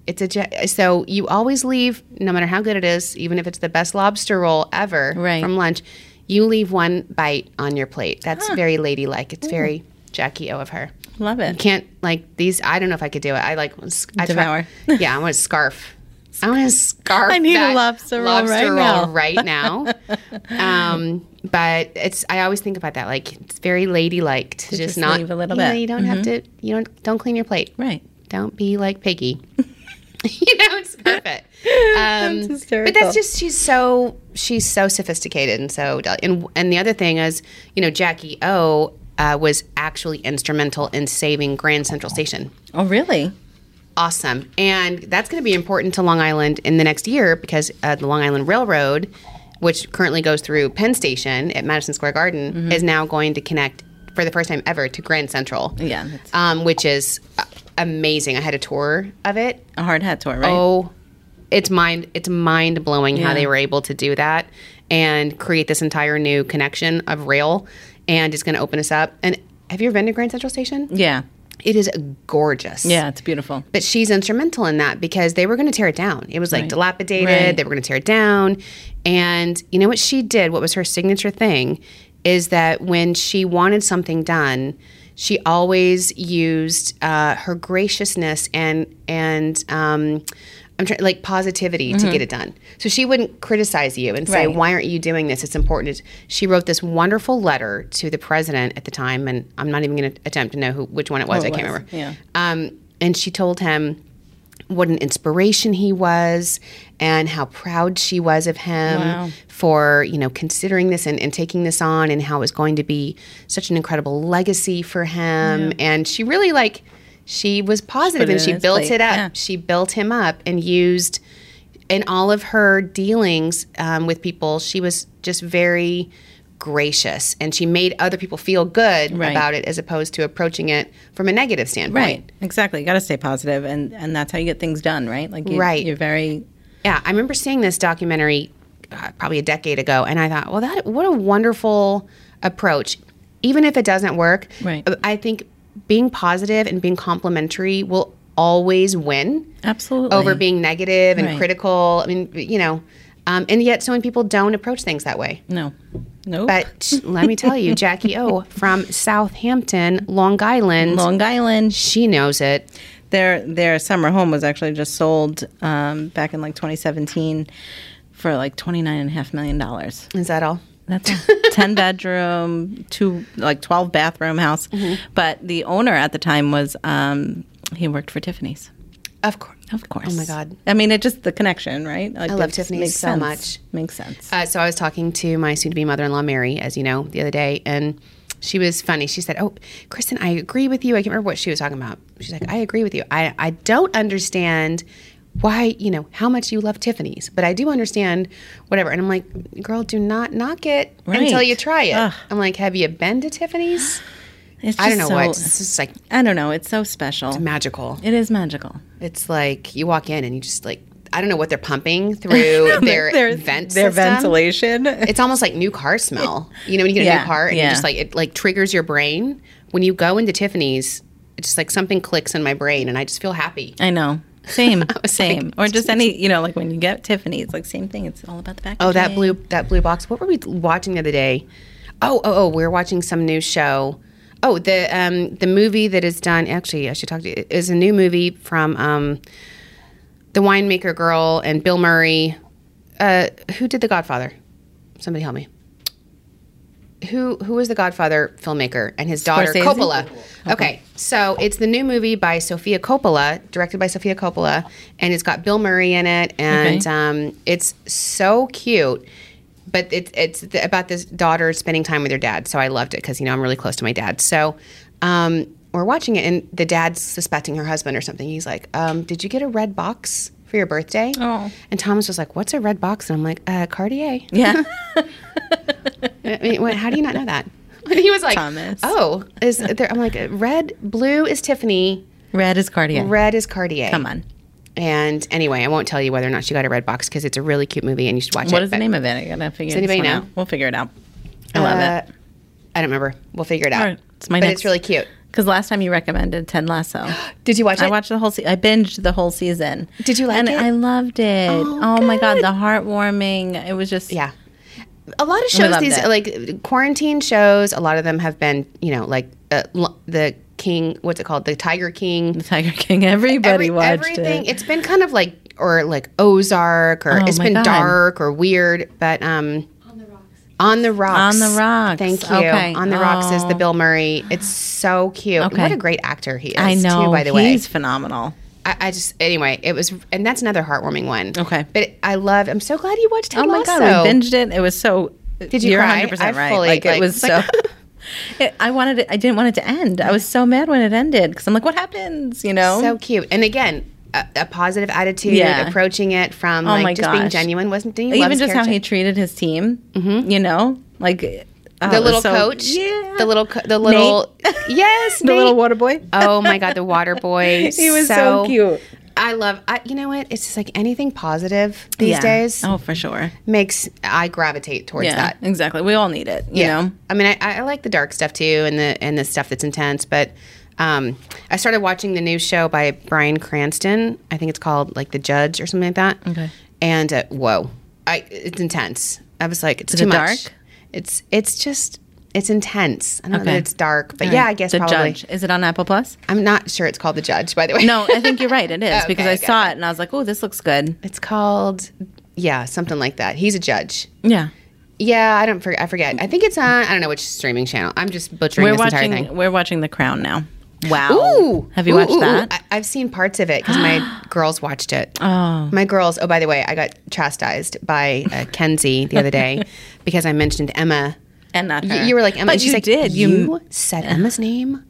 Speaker 1: It's a ja- so you always leave no matter how good it is, even if it's the best lobster roll ever
Speaker 2: Right.
Speaker 1: from lunch, you leave one bite on your plate. That's very ladylike. It's very Jackie O of her.
Speaker 2: Love
Speaker 1: You
Speaker 2: it.
Speaker 1: can't like these. I don't know if I could do it. I like s- I
Speaker 2: Devour.
Speaker 1: Try, yeah, I want a scarf. I want a scarf.
Speaker 2: I need a
Speaker 1: that
Speaker 2: lobster roll right now.
Speaker 1: right now. um, but it's. I always think about that. Like it's very ladylike to, just,
Speaker 2: just
Speaker 1: not
Speaker 2: leave a little
Speaker 1: you know,
Speaker 2: bit. Mm-hmm.
Speaker 1: you don't have to. You don't don't clean your plate.
Speaker 2: Right.
Speaker 1: Don't be like Piggy. you know, it's perfect. Um, but
Speaker 2: hysterical.
Speaker 1: that's just she's so she's so sophisticated and so del- and and the other thing is you know Jackie O uh, was actually instrumental in saving Grand Central Station.
Speaker 2: Oh, really?
Speaker 1: Awesome, and that's going to be important to Long Island in the next year because uh, the Long Island Railroad, which currently goes through Penn Station at Madison Square Garden, is now going to connect for the first time ever to Grand Central.
Speaker 2: Yeah, that's-
Speaker 1: um, which is uh, amazing. I had a tour of it
Speaker 2: A hard hat tour, right?
Speaker 1: oh it's mind it's mind blowing
Speaker 2: Yeah.
Speaker 1: how they were able to do that and create this entire new connection of rail and it's going to open us up and have you ever been to grand central station
Speaker 2: Yeah.
Speaker 1: it is gorgeous
Speaker 2: Mm. Yeah, it's beautiful.
Speaker 1: but she's instrumental in that because they were going to tear it down. It was like dilapidated.
Speaker 2: Right.
Speaker 1: They were going to tear it down. And you know what she did? What was her signature thing is that when she wanted something done, she always used uh, her graciousness and and um, I'm trying like positivity to get it done. So she wouldn't criticize you and say
Speaker 2: Mm-hmm. Right.
Speaker 1: why aren't you doing this? It's important. She wrote this wonderful letter to the president at the time, and I'm not even going to attempt to know who which one it was. I
Speaker 2: it
Speaker 1: can't
Speaker 2: was,
Speaker 1: remember.
Speaker 2: yeah.
Speaker 1: Um, and she told him what an inspiration he was and how proud she was of him
Speaker 2: Wow.
Speaker 1: for you know considering this and, and taking this on and how it was going to be such an incredible legacy for him and she really like she was positive
Speaker 2: it
Speaker 1: and
Speaker 2: in
Speaker 1: she
Speaker 2: his
Speaker 1: built
Speaker 2: plate,
Speaker 1: it up
Speaker 2: yeah.
Speaker 1: she built him up and used in all of her dealings um, with people she was just very gracious and she made other people feel good
Speaker 2: Right.
Speaker 1: about it as opposed to approaching it from a negative standpoint
Speaker 2: Right. Exactly. You got to stay positive, and and that's how you get things done, right? Like, you,
Speaker 1: Right.
Speaker 2: You're very
Speaker 1: Yeah, I remember seeing this documentary uh, probably a decade ago, and I thought, well, that what a wonderful approach. Even if it doesn't work,
Speaker 2: Right.
Speaker 1: uh, I think being positive and being complimentary will always win
Speaker 2: Absolutely.
Speaker 1: over being negative and
Speaker 2: Right.
Speaker 1: critical. I mean, you know, um, and yet so many people don't approach things that way.
Speaker 2: No. Nope.
Speaker 1: But let me tell you, Jackie O from Southampton, Long Island,
Speaker 2: Long Island.
Speaker 1: she knows it.
Speaker 2: Their their summer home was actually just sold um, back in like 2017 for like 29 and a half million dollars.
Speaker 1: Is that all?
Speaker 2: That's a 10 bedroom, two like 12 bathroom house.
Speaker 1: Mm-hmm.
Speaker 2: But the owner at the time was um, he worked for Tiffany's.
Speaker 1: Of course.
Speaker 2: Of course.
Speaker 1: Oh my God.
Speaker 2: I mean, it just the connection, right? Like,
Speaker 1: I love
Speaker 2: it
Speaker 1: Tiffany's
Speaker 2: makes
Speaker 1: so
Speaker 2: sense.
Speaker 1: much.
Speaker 2: Makes sense.
Speaker 1: Uh, so I was talking to my soon-to-be mother-in-law Mary, as you know, the other day, and she was funny. She said, "Oh, Kristen, I agree with you. I can't remember what she was talking about. She's like, I agree with you. I I don't understand." Why, you know, how much you love Tiffany's, but I do understand whatever. And I'm like, girl, do not knock it until
Speaker 2: Right.
Speaker 1: you try it.
Speaker 2: Ugh.
Speaker 1: I'm like, have you been to Tiffany's?
Speaker 2: It's
Speaker 1: I don't know
Speaker 2: so,
Speaker 1: why. It's just like
Speaker 2: I don't know. It's so special.
Speaker 1: magical.
Speaker 2: It is magical.
Speaker 1: It's like you walk in and you just like, I don't know what they're pumping through their, vent system.
Speaker 2: their ventilation.
Speaker 1: it's almost like new car smell. You know, when you get a
Speaker 2: Yeah,
Speaker 1: new car and you
Speaker 2: yeah.
Speaker 1: just like it like triggers your brain. When you go into Tiffany's, it's just like something clicks in my brain and I just feel happy.
Speaker 2: I know. Same, same.
Speaker 1: like,
Speaker 2: or just any, you know, like when you get Tiffany, it's like same thing. It's all about the packaging.
Speaker 1: Oh, that blue that blue box. What were we watching the other day? Oh, oh, oh, we were watching some new show. Oh, the um the movie that is done actually I should talk to you is a new movie from um the winemaker girl and Bill Murray. Uh who did The Godfather? Somebody help me. Who who was the Godfather filmmaker and his daughter
Speaker 2: Scorsese?
Speaker 1: Coppola? Okay, so it's the new movie by Sofia Coppola, directed by Sofia Coppola, and it's got Bill Murray in it, and
Speaker 2: Okay.
Speaker 1: um, it's so cute. But it's it's th- about this daughter spending time with her dad. So I loved it because you know I'm really close to my dad. So um, we're watching it, and the dad's suspecting her husband or something. He's like, um, "Did you get a red box for your birthday?"
Speaker 2: Oh.
Speaker 1: And Thomas was like, "What's a red box?" And I'm like, uh, "Cartier."
Speaker 2: Yeah.
Speaker 1: I mean, wait, how do you not know that? And he was like,
Speaker 2: Thomas.
Speaker 1: "Oh, is there?" I'm like, "Red, blue is Tiffany,
Speaker 2: Red is Cartier.
Speaker 1: red is Cartier."
Speaker 2: Come on.
Speaker 1: And anyway, I won't tell you whether or not she got a red box because it's a really cute movie and you should watch it.
Speaker 2: What is the
Speaker 1: but-
Speaker 2: name of it? I gotta figure.
Speaker 1: anybody
Speaker 2: this one
Speaker 1: know?
Speaker 2: out. We'll figure it out. I love
Speaker 1: Uh,
Speaker 2: it
Speaker 1: I don't remember. We'll figure it out.
Speaker 2: All right, it's my
Speaker 1: but
Speaker 2: next-
Speaker 1: it's really cute.
Speaker 2: because last time you recommended Ted Lasso.
Speaker 1: Did you watch it?
Speaker 2: I watched the whole. Se- I binged the whole season.
Speaker 1: Did you like
Speaker 2: and
Speaker 1: it?
Speaker 2: I loved it.
Speaker 1: Oh,
Speaker 2: Oh, my god,
Speaker 1: good.
Speaker 2: the heartwarming. It was just
Speaker 1: yeah. A lot of
Speaker 2: We
Speaker 1: shows,
Speaker 2: loved
Speaker 1: these
Speaker 2: it.
Speaker 1: like quarantine shows, a lot of them have been, you know, like uh, l- the King, what's it called? The Tiger King.
Speaker 2: The Tiger King. Everybody
Speaker 1: Every-
Speaker 2: watched
Speaker 1: everything.
Speaker 2: it.
Speaker 1: has been kind of like, or like Ozark, or
Speaker 2: Oh,
Speaker 1: it's
Speaker 2: my
Speaker 1: been
Speaker 2: God.
Speaker 1: dark or weird, but um, on the rocks.
Speaker 2: On the Rocks.
Speaker 1: Thank you.
Speaker 2: Okay.
Speaker 1: On the rocks is the
Speaker 2: Oh.
Speaker 1: Bill Murray. It's so cute.
Speaker 2: Okay.
Speaker 1: What a great actor he is.
Speaker 2: I know.
Speaker 1: Too, by the way,
Speaker 2: he's phenomenal.
Speaker 1: I, I just anyway, it was, and that's another heartwarming one.
Speaker 2: Okay.
Speaker 1: but I love. I'm so glad you watched. Ted
Speaker 2: Oh my
Speaker 1: Lasso.
Speaker 2: god, I binged it. It was so.
Speaker 1: Did you
Speaker 2: You're
Speaker 1: cry?
Speaker 2: 100%
Speaker 1: I
Speaker 2: right.
Speaker 1: fully,
Speaker 2: like,
Speaker 1: like,
Speaker 2: it was
Speaker 1: was
Speaker 2: so.
Speaker 1: like-
Speaker 2: it, I wanted it. I didn't want it to end. I was so mad when it ended because I'm like, what happens? You know.
Speaker 1: So cute, and again, a, a positive attitude,
Speaker 2: Yeah. Oh
Speaker 1: approaching it from like
Speaker 2: my
Speaker 1: just being
Speaker 2: gosh.
Speaker 1: genuine. Wasn't didn't you love
Speaker 2: Even
Speaker 1: his
Speaker 2: just how
Speaker 1: character?
Speaker 2: he treated his team. You know, like oh, it
Speaker 1: the
Speaker 2: was
Speaker 1: little
Speaker 2: so-
Speaker 1: coach,
Speaker 2: Yeah.
Speaker 1: the little, co- the little, yes,
Speaker 2: the little
Speaker 1: Nate.
Speaker 2: water boy.
Speaker 1: oh my god, the water boy.
Speaker 2: He was so cute.
Speaker 1: I love. I, you know what? It's just like anything positive these
Speaker 2: Yeah.
Speaker 1: days
Speaker 2: Oh, for sure.
Speaker 1: makes I gravitate towards
Speaker 2: Yeah,
Speaker 1: that.
Speaker 2: exactly. We all need it. You know.
Speaker 1: I mean, I, I like the dark stuff too, and the and the stuff that's intense. But um, I started watching the new show by Brian Cranston. I think it's called like The Judge or something like that.
Speaker 2: Okay.
Speaker 1: And uh, whoa, I it's intense. I was like, it's
Speaker 2: Is
Speaker 1: too
Speaker 2: it
Speaker 1: much.
Speaker 2: dark?
Speaker 1: It's it's just it's intense. I don't know
Speaker 2: Okay.
Speaker 1: that it's dark, but yeah, I guess
Speaker 2: the
Speaker 1: probably.
Speaker 2: judge is it on Apple Plus?
Speaker 1: I'm not sure it's called The Judge, by the way.
Speaker 2: No, I think you're right. It is
Speaker 1: Okay,
Speaker 2: because I
Speaker 1: okay.
Speaker 2: saw it and I was like, oh, this looks good.
Speaker 1: it's called yeah something like that. He's a judge.
Speaker 2: Yeah.
Speaker 1: Yeah, I don't forget. I forget. I think it's on. I don't know which streaming channel. I'm just butchering
Speaker 2: We're
Speaker 1: this
Speaker 2: watching.
Speaker 1: entire thing.
Speaker 2: We're watching The Crown now. Wow.
Speaker 1: Ooh,
Speaker 2: Have you
Speaker 1: Ooh,
Speaker 2: watched
Speaker 1: ooh, ooh.
Speaker 2: that?
Speaker 1: I, I've seen parts of it because my girls watched it.
Speaker 2: Oh.
Speaker 1: My girls. Oh, by the way, I got chastised by uh, Kenzie the other day because I mentioned Emma.
Speaker 2: and not
Speaker 1: Y-
Speaker 2: her.
Speaker 1: you were like Emma.
Speaker 2: But
Speaker 1: and she's
Speaker 2: you
Speaker 1: like,
Speaker 2: did.
Speaker 1: You,
Speaker 2: You
Speaker 1: said Emma's name.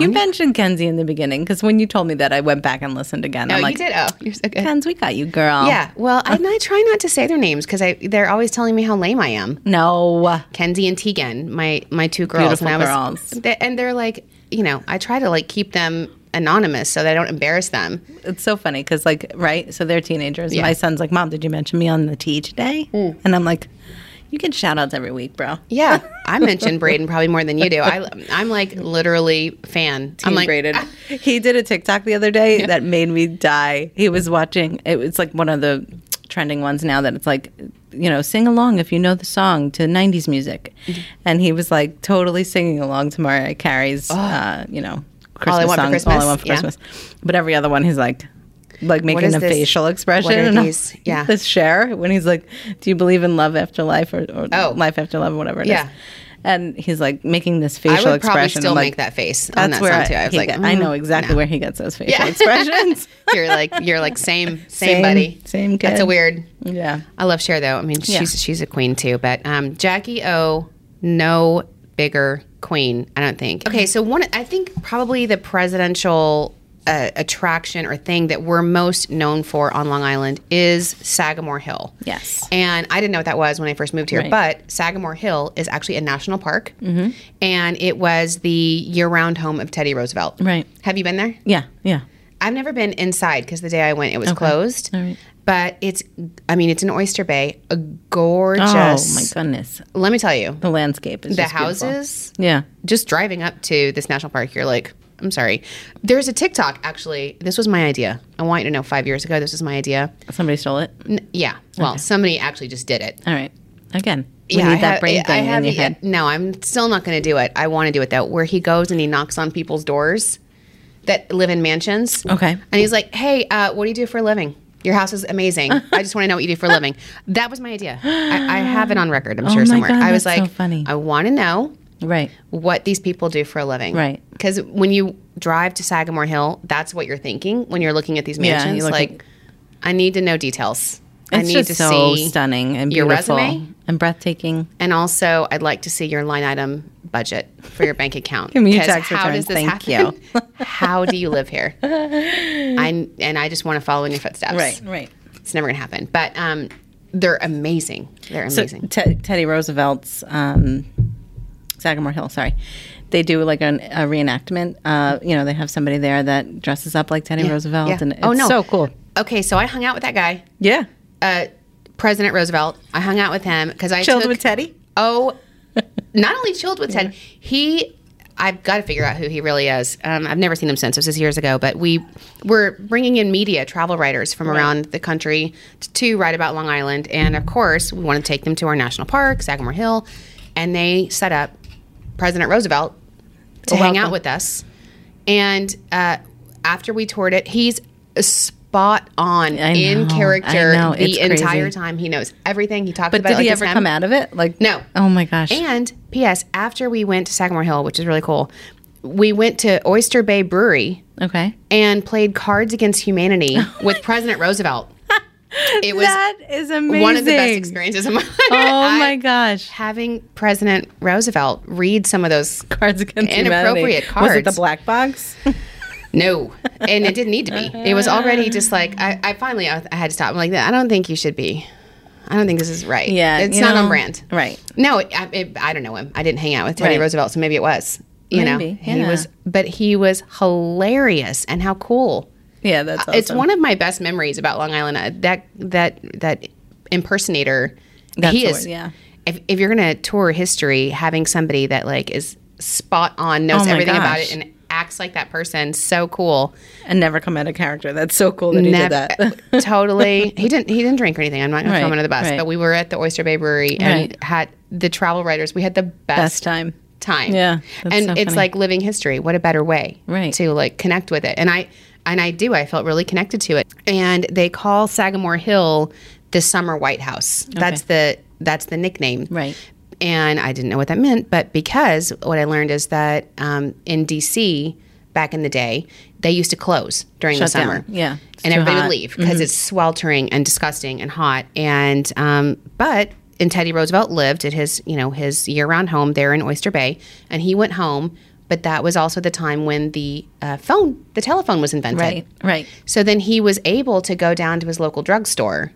Speaker 2: you mentioned Kenzie in the beginning because when you told me that, I went back and listened again.
Speaker 1: No,
Speaker 2: I'm
Speaker 1: you
Speaker 2: like,
Speaker 1: did. Oh, you're so good.
Speaker 2: Kenz, we got you, girl.
Speaker 1: Yeah. Well, I, and I try not to say their names because I they're always telling me how lame I am.
Speaker 2: No.
Speaker 1: Kenzie and Tegan, my my two girls,
Speaker 2: Beautiful
Speaker 1: and I
Speaker 2: girls.
Speaker 1: was, they, and they're like, you know, I try to like keep them anonymous so that I don't embarrass them.
Speaker 2: It's so funny because, like, right? So they're teenagers.
Speaker 1: Yeah.
Speaker 2: My son's like, Mom, did you mention me on the tea today? And I'm like, You get shout outs every week, bro.
Speaker 1: Yeah, I mentioned Braden probably more than you do. I, I'm like literally fan. I'm
Speaker 2: Team
Speaker 1: like ah.
Speaker 2: Braden. He did a TikTok the other day that made me die. He was watching. It was like one of the trending ones now that it's like, you know, sing along if you know the song to '90s music,
Speaker 1: Mm-hmm.
Speaker 2: and he was like totally singing along to Mariah Carey's, uh, you know, Christmas
Speaker 1: Oh. I Want for
Speaker 2: songs, All
Speaker 1: Christmas,
Speaker 2: I Want for
Speaker 1: yeah.
Speaker 2: Christmas. But every other one, he's like. Like making
Speaker 1: is
Speaker 2: a
Speaker 1: this?
Speaker 2: facial expression.
Speaker 1: What are
Speaker 2: and I'm-
Speaker 1: these? Yeah.
Speaker 2: This share when he's like, Do you believe in love after life or, or
Speaker 1: Oh.
Speaker 2: life after love or whatever it is?"
Speaker 1: Yeah.
Speaker 2: And he's like making this
Speaker 1: I
Speaker 2: facial
Speaker 1: would probably
Speaker 2: expression. I'm
Speaker 1: still
Speaker 2: like,
Speaker 1: make that face on that
Speaker 2: that's where
Speaker 1: song too. I was
Speaker 2: he
Speaker 1: like,
Speaker 2: get- I know
Speaker 1: "Mm,
Speaker 2: exactly
Speaker 1: no."
Speaker 2: where he gets those facial
Speaker 1: Yeah.
Speaker 2: expressions.
Speaker 1: You're like you're like same same,
Speaker 2: Same-
Speaker 1: buddy
Speaker 2: same
Speaker 1: That's
Speaker 2: kid.
Speaker 1: a weird.
Speaker 2: yeah.
Speaker 1: I love Cher though. I mean, she's
Speaker 2: Yeah.
Speaker 1: she's a queen too. But um, Jackie O, no bigger queen. I don't think. Okay, so one, I think probably the presidential uh, attraction or thing that we're most known for on Long Island is Sagamore Hill.
Speaker 2: Yes.
Speaker 1: And I didn't know what that was when I first moved here,
Speaker 2: Right.
Speaker 1: but Sagamore Hill is actually a national park, and it was the year-round home of Teddy Roosevelt.
Speaker 2: Right.
Speaker 1: Have you been there?
Speaker 2: Yeah. Yeah.
Speaker 1: I've never been inside because the day I went, it was closed.
Speaker 2: All right.
Speaker 1: But it's, I mean, it's an oyster bay, a gorgeous.
Speaker 2: oh my goodness.
Speaker 1: Let me tell you,
Speaker 2: The landscape is
Speaker 1: the
Speaker 2: just beautiful.
Speaker 1: houses.
Speaker 2: Yeah.
Speaker 1: Just driving up to this national park, you're like, I'm sorry. There's a TikTok actually. This was my idea. I want you to know. Five years ago, this was my idea.
Speaker 2: Somebody stole it.
Speaker 1: N- yeah. Well, somebody actually just did it.
Speaker 2: All right. Again. We
Speaker 1: Yeah,
Speaker 2: need
Speaker 1: I
Speaker 2: that
Speaker 1: have-
Speaker 2: brain
Speaker 1: I
Speaker 2: thing
Speaker 1: have-
Speaker 2: in your head.
Speaker 1: No, I'm still not going to do it. I want to do it though. Where he goes and he knocks on people's doors that live in mansions.
Speaker 2: Okay.
Speaker 1: And he's like, "Hey, uh, what do you do for a living? Your house is amazing. I just want to know what you do for a living." That was my idea. I, I have it on record. I'm sure
Speaker 2: Oh my
Speaker 1: somewhere.
Speaker 2: God,
Speaker 1: I was
Speaker 2: that's so
Speaker 1: like,
Speaker 2: funny.
Speaker 1: I want to know
Speaker 2: Right.
Speaker 1: what these people do for a living,
Speaker 2: Right.
Speaker 1: Because when you drive to Sagamore Hill, that's what you're thinking when you're looking at these
Speaker 2: Yeah, you
Speaker 1: mansions.
Speaker 2: look
Speaker 1: like,
Speaker 2: at-
Speaker 1: I need to know details. I
Speaker 2: It's
Speaker 1: need
Speaker 2: just
Speaker 1: to
Speaker 2: so
Speaker 1: see
Speaker 2: stunning and
Speaker 1: your
Speaker 2: beautiful
Speaker 1: resume.
Speaker 2: and breathtaking.
Speaker 1: and also, I'd like to see your line item budget for your bank account.
Speaker 2: Give me your
Speaker 1: 'Cause
Speaker 2: tax
Speaker 1: how
Speaker 2: return.
Speaker 1: does this
Speaker 2: Thank
Speaker 1: happen? how do you live here? I and I just want to follow in your footsteps.
Speaker 2: Right.
Speaker 1: It's never gonna happen. But um, they're amazing. They're
Speaker 2: So
Speaker 1: amazing.
Speaker 2: Te- Teddy Roosevelt's um, Sagamore Hill. Sorry, they do like an, a reenactment. Uh, you know, they have somebody there that dresses up like Teddy Roosevelt,
Speaker 1: Yeah. Oh,
Speaker 2: and it's so cool.
Speaker 1: Okay, so I hung out with that guy,
Speaker 2: Yeah,
Speaker 1: uh, President Roosevelt. I hung out with him because I
Speaker 2: chilled
Speaker 1: took-
Speaker 2: with Teddy.
Speaker 1: Oh, not only chilled with Ted, he. I've got to figure out who he really is. Um, I've never seen him since. This is years ago, but we were bringing in media, travel writers from around the country t- to write about Long Island, and of course, we want to take them to our national park, Sagamore Hill, and they set up President Roosevelt to
Speaker 2: Well,
Speaker 1: hang
Speaker 2: welcome.
Speaker 1: out with us. And uh, after we toured it, he's spot on
Speaker 2: I know,
Speaker 1: in
Speaker 2: I
Speaker 1: character
Speaker 2: know,
Speaker 1: the
Speaker 2: it's
Speaker 1: entire
Speaker 2: crazy.
Speaker 1: time. He knows everything. He talks
Speaker 2: But
Speaker 1: about.
Speaker 2: did
Speaker 1: it like
Speaker 2: he
Speaker 1: it's
Speaker 2: ever
Speaker 1: him.
Speaker 2: come out of it? Like
Speaker 1: No.
Speaker 2: Oh my gosh.
Speaker 1: And P.S. After we went to Sagamore Hill, which is really cool, we went to Oyster Bay Brewery
Speaker 2: okay.
Speaker 1: and played Cards Against Humanity
Speaker 2: Oh
Speaker 1: with President Roosevelt. It was
Speaker 2: that is amazing.
Speaker 1: one of the best experiences of my life.
Speaker 2: Oh
Speaker 1: I-
Speaker 2: my gosh.
Speaker 1: Having President Roosevelt read some of those,
Speaker 2: Cards against
Speaker 1: Inappropriate
Speaker 2: Humanity. Was it the
Speaker 1: cards.
Speaker 2: black box?
Speaker 1: no, and it didn't need to be. It was
Speaker 2: Uh-huh.
Speaker 1: already just like I, I finally I, I had to stop. I'm like, I don't think you should be. I don't think this is right.
Speaker 2: Yeah,
Speaker 1: it's
Speaker 2: you
Speaker 1: not
Speaker 2: know,
Speaker 1: on brand.
Speaker 2: right.
Speaker 1: No, it, I, it, I don't know him. I didn't hang out with Teddy
Speaker 2: Right.
Speaker 1: Roosevelt, so maybe it was. You know,
Speaker 2: Maybe,
Speaker 1: he
Speaker 2: yeah.
Speaker 1: was, but he was hilarious and how cool.
Speaker 2: yeah, that's awesome.
Speaker 1: It's one of my best memories about Long Island. Uh, That that that impersonator,
Speaker 2: That's
Speaker 1: he
Speaker 2: the
Speaker 1: is.
Speaker 2: word, yeah.
Speaker 1: If, if you're gonna tour history, having somebody that like is spot on, knows
Speaker 2: Oh my
Speaker 1: everything about
Speaker 2: gosh.
Speaker 1: it, and acts like that person, so cool.
Speaker 2: and never come out of character. That's so cool that he
Speaker 1: Nev-
Speaker 2: did that.
Speaker 1: totally. He didn't. He didn't drink or anything. I'm not gonna
Speaker 2: Right,
Speaker 1: throw him under the bus.
Speaker 2: right.
Speaker 1: But we were at the Oyster Bay Brewery and
Speaker 2: Right.
Speaker 1: had the travel writers. We had the
Speaker 2: Best
Speaker 1: best,
Speaker 2: time.
Speaker 1: time.
Speaker 2: Yeah, that's
Speaker 1: and
Speaker 2: so
Speaker 1: it's
Speaker 2: funny.
Speaker 1: like living history. What a better way,
Speaker 2: Right.
Speaker 1: To like connect with it. And I and I do. I felt really connected to it. And they call Sagamore Hill the summer White House. That's the that's the nickname.
Speaker 2: Right.
Speaker 1: And I didn't know what that meant, but because what I learned is that um, in D.C. back in the day, they used to close during
Speaker 2: Shut
Speaker 1: the
Speaker 2: down.
Speaker 1: summer.
Speaker 2: Yeah. It's
Speaker 1: and
Speaker 2: too
Speaker 1: everybody
Speaker 2: hot.
Speaker 1: would leave because it's sweltering and disgusting and hot. And um, but and Teddy Roosevelt lived at his you know his year round home there in Oyster Bay, and he went home. But that was also the time when the uh, phone, the telephone, was invented.
Speaker 2: Right. Right.
Speaker 1: So then he was able to go down to his local drugstore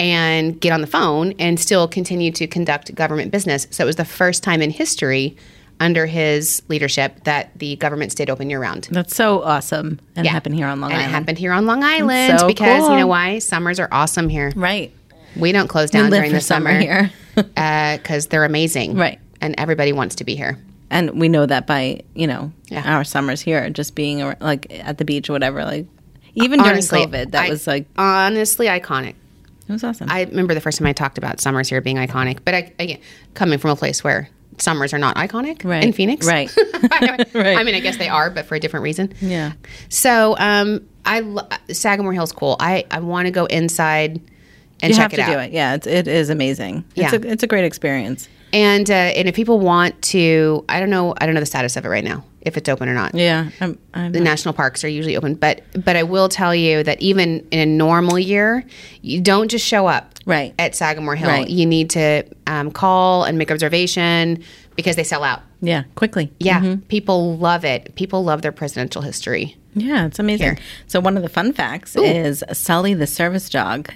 Speaker 1: and get on the phone and still continue to conduct government business. So it was the first time in history under his leadership that the government stayed open year round.
Speaker 2: That's so awesome. And it happened here on Long
Speaker 1: and
Speaker 2: Island.
Speaker 1: it happened here on Long Island
Speaker 2: so
Speaker 1: because
Speaker 2: cool.
Speaker 1: you know why? Summers are awesome here.
Speaker 2: Right.
Speaker 1: We don't close
Speaker 2: We
Speaker 1: down
Speaker 2: live
Speaker 1: during
Speaker 2: for
Speaker 1: the summer.
Speaker 2: summer here.
Speaker 1: because they're amazing.
Speaker 2: Right.
Speaker 1: And everybody wants to be here.
Speaker 2: and we know that by you know
Speaker 1: Yeah.
Speaker 2: our summers here, just being ar- like at the beach or whatever. Like even during
Speaker 1: Honestly,
Speaker 2: COVID, that
Speaker 1: I-
Speaker 2: was like
Speaker 1: honestly iconic.
Speaker 2: it was awesome.
Speaker 1: I remember the first time I talked about summers here being iconic, but I, again, coming from a place where summers are not iconic
Speaker 2: Right.
Speaker 1: in Phoenix,
Speaker 2: Right.
Speaker 1: I mean, I guess they are, but for a different reason.
Speaker 2: yeah,
Speaker 1: So, um, I lo- Sagamore Hill's cool. I I want to go inside and
Speaker 2: you
Speaker 1: check
Speaker 2: have
Speaker 1: it
Speaker 2: to
Speaker 1: out.
Speaker 2: do it. Yeah, it's, it is amazing.
Speaker 1: Yeah.
Speaker 2: it's a, it's a great experience.
Speaker 1: And uh, and if people want to, I don't know, I don't know the status of it right now, if it's open or not.
Speaker 2: Yeah, I'm, I'm,
Speaker 1: The national parks are usually open, but but I will tell you that even in a normal year, you don't just show up
Speaker 2: Right.
Speaker 1: at Sagamore Hill.
Speaker 2: Right.
Speaker 1: You need to um, call and make observation because they sell out.
Speaker 2: yeah, quickly.
Speaker 1: Yeah, people love it. People love their presidential history.
Speaker 2: Yeah, it's amazing.
Speaker 1: Here.
Speaker 2: So one of the fun facts is Sully the service dog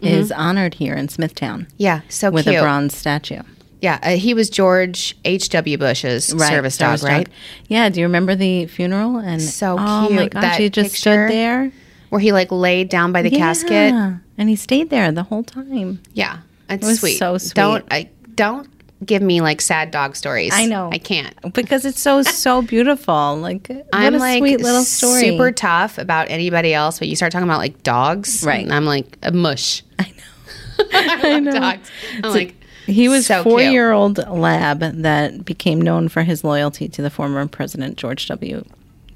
Speaker 2: is honored here in Smithtown
Speaker 1: Yeah, so
Speaker 2: with
Speaker 1: Mm-hmm. cute.
Speaker 2: a bronze statue.
Speaker 1: Yeah, uh, he was George H. W. Bush's service, dog, right?
Speaker 2: Yeah. Do you remember the funeral? And
Speaker 1: So
Speaker 2: oh my
Speaker 1: cute,
Speaker 2: gosh,
Speaker 1: that
Speaker 2: he just
Speaker 1: picture.
Speaker 2: stood there.
Speaker 1: Where he like laid down by the casket.
Speaker 2: Yeah, and he stayed there the whole time.
Speaker 1: Yeah, it's
Speaker 2: was
Speaker 1: sweet.
Speaker 2: so sweet.
Speaker 1: Don't I don't give me like sad dog stories.
Speaker 2: I know.
Speaker 1: I can't.
Speaker 2: because it's so so beautiful. Like what
Speaker 1: I'm
Speaker 2: a
Speaker 1: like
Speaker 2: sweet little story.
Speaker 1: super tough about anybody else, but you start talking about like dogs,
Speaker 2: Right.
Speaker 1: And I'm like a mush. I know. I, love dogs. I'm like
Speaker 2: he was
Speaker 1: so
Speaker 2: four
Speaker 1: cute.
Speaker 2: year old lab that became known for his loyalty to the former president George W.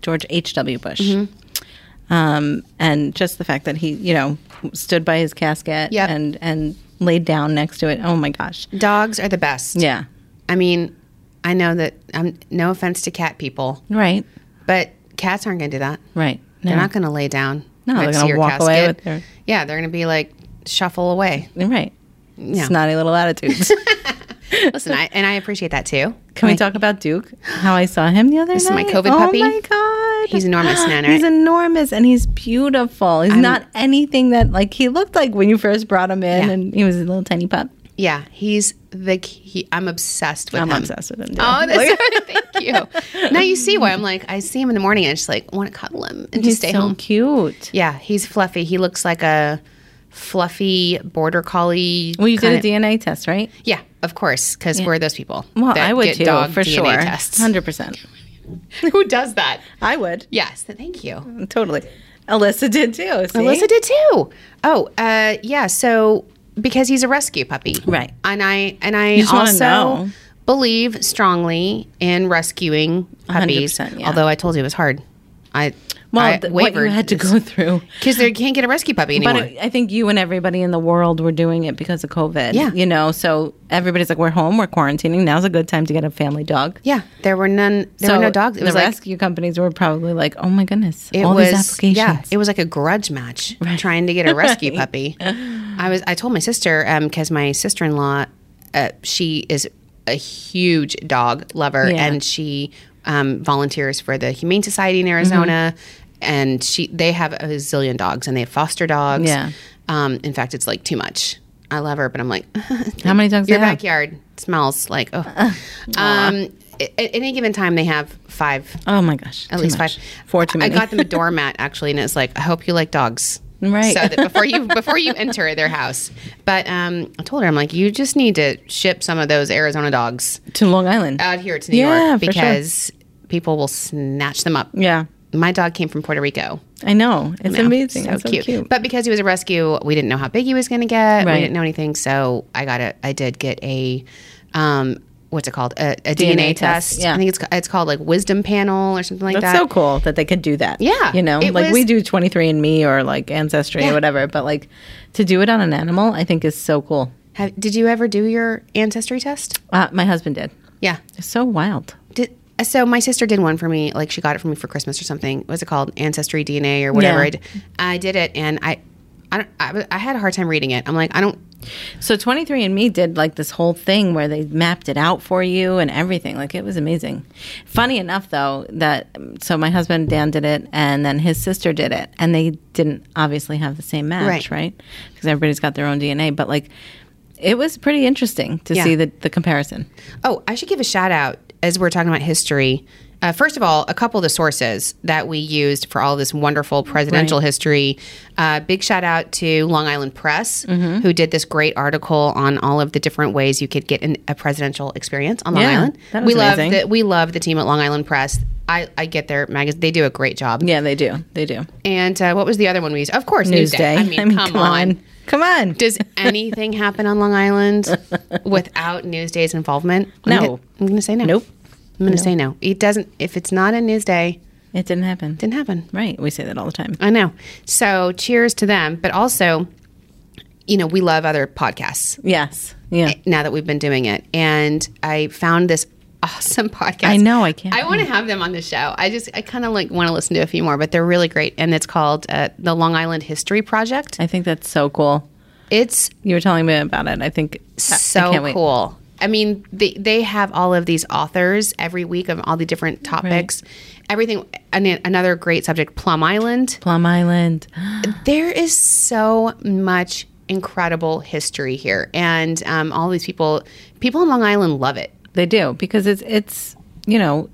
Speaker 2: George H. W. Bush.
Speaker 1: Mm-hmm.
Speaker 2: Um, and just the fact that he, you know, stood by his casket
Speaker 1: Yep.
Speaker 2: and and laid down next to it. Oh my gosh.
Speaker 1: dogs are the best.
Speaker 2: Yeah.
Speaker 1: I mean, I know that. I'm no offense to cat people,
Speaker 2: Right.
Speaker 1: but cats aren't gonna do that.
Speaker 2: Right. No.
Speaker 1: They're not gonna lay down.
Speaker 2: No, they're
Speaker 1: next to
Speaker 2: gonna
Speaker 1: your
Speaker 2: walk away with their-
Speaker 1: Yeah, they're gonna be like shuffle away.
Speaker 2: right.
Speaker 1: Yeah.
Speaker 2: Snotty little attitudes.
Speaker 1: Listen, I, and I appreciate that too.
Speaker 2: Can we talk about Duke? How I saw him the other
Speaker 1: This is my
Speaker 2: night.
Speaker 1: COVID
Speaker 2: oh
Speaker 1: puppy.
Speaker 2: my god,
Speaker 1: He's enormous now, right?
Speaker 2: He's enormous and he's beautiful. He's not anything that like he looked like when you first brought him in,
Speaker 1: Yeah.
Speaker 2: and he was a little tiny pup.
Speaker 1: Yeah, he's the. He, I'm obsessed with
Speaker 2: I'm
Speaker 1: him.
Speaker 2: obsessed with him. Too.
Speaker 1: Oh, that's thank you. Now you see why I'm like I see him in the morning and I just like want to cuddle him and
Speaker 2: he's
Speaker 1: just stay
Speaker 2: so
Speaker 1: home.
Speaker 2: cute.
Speaker 1: Yeah, he's fluffy. He looks like a fluffy border collie.
Speaker 2: Well, you
Speaker 1: kinda-
Speaker 2: did a DNA test, right?
Speaker 1: yeah, of course, because we're those people.
Speaker 2: Well,
Speaker 1: that
Speaker 2: I would
Speaker 1: get
Speaker 2: too,
Speaker 1: dog
Speaker 2: for
Speaker 1: DNA
Speaker 2: sure,
Speaker 1: Tests.
Speaker 2: hundred percent.
Speaker 1: Who does that?
Speaker 2: I would
Speaker 1: Yes, thank you.
Speaker 2: totally. Alyssa did too. see?
Speaker 1: Alyssa did too. Oh, uh, yeah. So because he's a rescue puppy,
Speaker 2: Right.
Speaker 1: And I and I
Speaker 2: just wanna
Speaker 1: also
Speaker 2: know.
Speaker 1: believe strongly in rescuing puppies.
Speaker 2: 100%, yeah.
Speaker 1: Although I told you it was hard. I
Speaker 2: Well,
Speaker 1: I
Speaker 2: th- what you had to go through.
Speaker 1: because they can't get a rescue puppy anymore.
Speaker 2: But I, I think you and everybody in the world were doing it because of COVID.
Speaker 1: Yeah.
Speaker 2: You know, so everybody's like, we're home, we're quarantining. Now's a good time to get a family dog.
Speaker 1: yeah, there were none. There
Speaker 2: so
Speaker 1: were no dogs. It was
Speaker 2: the
Speaker 1: like
Speaker 2: rescue companies were probably like, oh my goodness,
Speaker 1: it
Speaker 2: all
Speaker 1: was
Speaker 2: these applications.
Speaker 1: yeah. It was like a grudge match trying to get a rescue puppy. I was. I told my sister because my sister in law, uh, she is a huge dog lover
Speaker 2: Yeah.
Speaker 1: and she um, volunteers for the Humane Society in Arizona.
Speaker 2: Mm-hmm.
Speaker 1: And she, they have a zillion dogs, and they have foster dogs.
Speaker 2: Yeah.
Speaker 1: Um, in fact, it's like too much. I love her, but I'm like,
Speaker 2: How many dogs do
Speaker 1: Your
Speaker 2: they have?
Speaker 1: backyard smells like oh. um, at, at any given time, they have five,
Speaker 2: oh my gosh.
Speaker 1: at least five,
Speaker 2: Four too many.
Speaker 1: I got them a doormat actually, and it's like I hope you like dogs,
Speaker 2: Right.
Speaker 1: So that before you before you enter their house, but um, I told her I'm like you just need to ship some of those Arizona dogs
Speaker 2: to Long Island.
Speaker 1: out here to New
Speaker 2: Yeah,
Speaker 1: York
Speaker 2: for sure.
Speaker 1: because people will snatch them up.
Speaker 2: yeah.
Speaker 1: My dog came from Puerto Rico.
Speaker 2: I know. It's
Speaker 1: Yeah,
Speaker 2: amazing. It's so cute.
Speaker 1: But because he was a rescue, we didn't know how big he was going to get. We
Speaker 2: Right.
Speaker 1: didn't know anything. So I got a, I did get a, um, what's it called? A, a DNA,
Speaker 2: DNA test,
Speaker 1: test.
Speaker 2: yeah.
Speaker 1: I think it's ca- it's called like Wisdom Panel or something like
Speaker 2: That's
Speaker 1: that.
Speaker 2: so cool that they could do that.
Speaker 1: Yeah.
Speaker 2: You know,
Speaker 1: It
Speaker 2: like
Speaker 1: was-
Speaker 2: we do 23andMe or like Ancestry
Speaker 1: Yeah.
Speaker 2: or whatever, but like to do it on an animal, I think is so cool.
Speaker 1: Have, did you ever do your ancestry test?
Speaker 2: Uh, my husband did.
Speaker 1: Yeah.
Speaker 2: It's so wild.
Speaker 1: Did, so my sister did one for me. Like she got it for me for Christmas or something. Was it called Ancestry DNA or whatever?
Speaker 2: Yeah.
Speaker 1: I, did. I did it and I, I, don't, I, was- I had a hard time reading it. I'm like, I don't.
Speaker 2: So 23andMe did like this whole thing where they mapped it out for you and everything. Like it was amazing. Funny enough, though, that um, so my husband Dan did it and then his sister did it, and they didn't obviously have the same
Speaker 1: Right.
Speaker 2: match, right? Because everybody's got their own DNA. But like it was pretty interesting to
Speaker 1: Yeah.
Speaker 2: see the, the comparison.
Speaker 1: Oh, I should give a shout out as we're talking about history. Uh, first of all, a couple of the sources that we used for all this wonderful presidential history. Uh, big shout out to Long Island Press,
Speaker 2: Mm-hmm.
Speaker 1: who did this great article on all of the different ways you could get an, a presidential experience on Long
Speaker 2: Yeah,
Speaker 1: Island.
Speaker 2: that
Speaker 1: we
Speaker 2: was
Speaker 1: love
Speaker 2: amazing.
Speaker 1: the, we love the team at Long Island Press. I, I get their magazine; they do a great job.
Speaker 2: Yeah, they do. They do.
Speaker 1: And uh, what was the other one we used? Of course, Newsday.
Speaker 2: Newsday.
Speaker 1: I mean, come, on.
Speaker 2: Come on.
Speaker 1: Does anything happen on Long Island without Newsday's involvement? I'm
Speaker 2: No.
Speaker 1: gonna- I'm going to say no.
Speaker 2: Nope.
Speaker 1: I'm going to say no. It doesn't, if it's not a Newsday,
Speaker 2: It didn't happen.
Speaker 1: didn't happen.
Speaker 2: Right. We say that all the time.
Speaker 1: I know. So cheers to them. But also, you know, we love other podcasts
Speaker 2: Yes. Yeah.
Speaker 1: now that we've been doing it. And I found this awesome podcast.
Speaker 2: I know, I can't
Speaker 1: I want to have them on the show. I just, I kind of like want to listen to a few more, but they're really great. And it's called uh, The Long Island History Project.
Speaker 2: I think that's so cool.
Speaker 1: It's
Speaker 2: You were telling me about it. I think I- I
Speaker 1: so
Speaker 2: can't wait.
Speaker 1: cool. I mean, they they have all of these authors every week of all the different topics. Everything and then another great subject, Plum Island.
Speaker 2: Plum Island.
Speaker 1: There is so much incredible history here, and um, all these people people in Long Island love it.
Speaker 2: They do because it's it's you know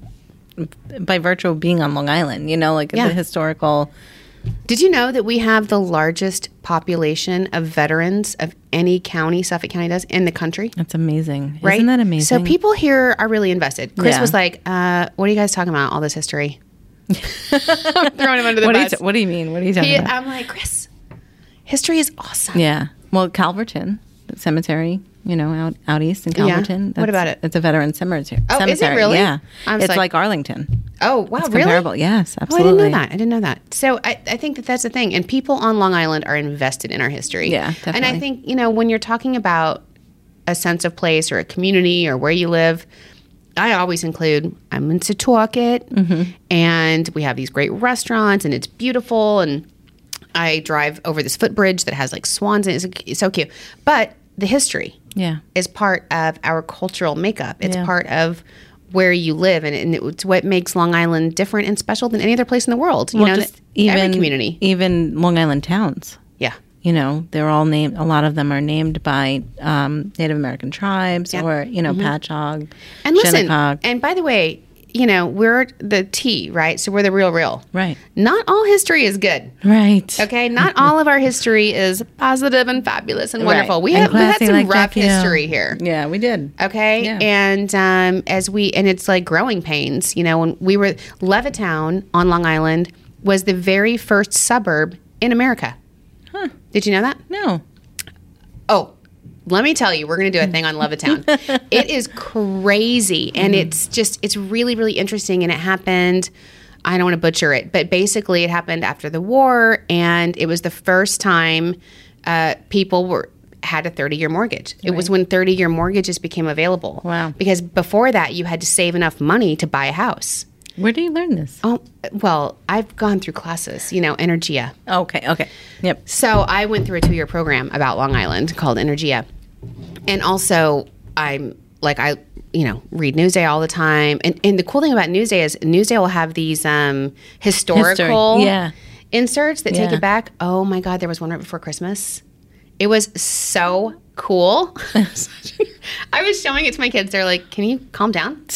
Speaker 2: by virtue of being on Long Island, you know, like
Speaker 1: Yeah.
Speaker 2: the historical.
Speaker 1: Did you know that we have the largest population of veterans of any county Suffolk County does in the country?
Speaker 2: That's amazing,
Speaker 1: Right?
Speaker 2: Isn't that amazing?
Speaker 1: So people here are really invested. Chris
Speaker 2: Yeah.
Speaker 1: was like, uh, "What are you guys talking about? All this history?" I'm throwing him under the
Speaker 2: what do, you,
Speaker 1: bus.
Speaker 2: t- what do you mean? What are you talking
Speaker 1: He- uh,
Speaker 2: about?
Speaker 1: I'm like, Chris, history is awesome.
Speaker 2: yeah. Well, Calverton the cemetery, you know, out out east in Calverton.
Speaker 1: What about it?
Speaker 2: It's a veteran cemetery.
Speaker 1: Oh, is it
Speaker 2: cemetery.
Speaker 1: really?
Speaker 2: Yeah.
Speaker 1: I was
Speaker 2: It's
Speaker 1: like-
Speaker 2: like, Arlington.
Speaker 1: Oh, wow,
Speaker 2: It's
Speaker 1: really?
Speaker 2: comparable. Yes,
Speaker 1: Oh, I didn't
Speaker 2: absolutely.
Speaker 1: know that. I didn't know that. So I, I think that that's the thing. And people on Long Island are invested in our history.
Speaker 2: Yeah,
Speaker 1: And I
Speaker 2: definitely.
Speaker 1: think, you know, when you're talking about a sense of place or a community or where you live, I always include I'm in Setucket
Speaker 2: Mm-hmm.
Speaker 1: and we have these great restaurants and it's beautiful. And I drive over this footbridge that has like swans in it. It's, it's so cute. But the history
Speaker 2: Yeah.
Speaker 1: is part of our cultural makeup. It's
Speaker 2: Yeah.
Speaker 1: part of where you live, and, and it's what makes Long Island different and special than any other place in the world. You
Speaker 2: Well,
Speaker 1: know,
Speaker 2: just
Speaker 1: th-
Speaker 2: even e-
Speaker 1: every community.
Speaker 2: even Long Island towns.
Speaker 1: Yeah,
Speaker 2: you know they're all named a lot of them are named by um, native american tribes or you know patchogue
Speaker 1: Mm-hmm. and listen,
Speaker 2: Shinnecock.
Speaker 1: and by the way, you know we're the T, right? So we're the real, real.
Speaker 2: right
Speaker 1: Not all history is good.
Speaker 2: right
Speaker 1: Okay, not all of our history is positive and fabulous and wonderful. We,
Speaker 2: And
Speaker 1: have, we had
Speaker 2: classy
Speaker 1: some
Speaker 2: like
Speaker 1: rough
Speaker 2: Jackie O.
Speaker 1: history here.
Speaker 2: yeah we did
Speaker 1: Okay.
Speaker 2: Yeah.
Speaker 1: And um, as we, and it's like growing pains, you know, when we were, Levittown on Long Island was the very first suburb in America.
Speaker 2: Huh.
Speaker 1: Did you know that?
Speaker 2: no
Speaker 1: Oh, let me tell you, we're going to do a thing on Levittown. it is crazy. And it's just, it's really, really interesting. And it happened, I don't want to butcher it, but basically it happened after the war. And it was the first time uh, people were. Had a 30 year mortgage. It was when 30 year mortgages became available.
Speaker 2: Wow.
Speaker 1: Because before that, you had to save enough money to buy a house.
Speaker 2: where do you learn this
Speaker 1: Oh, well, I've gone through classes, you know, Energia.
Speaker 2: okay okay yep
Speaker 1: So I went through a two year program about Long Island called Energia. And also, I'm like, I, you know, read Newsday all the time. And, and the cool thing about Newsday is Newsday will have these um, historical
Speaker 2: yeah.
Speaker 1: inserts that take
Speaker 2: Yeah.
Speaker 1: it back. Oh my God, there was one right before Christmas. It was so cool. I was showing it to my kids. They're like, can you calm down?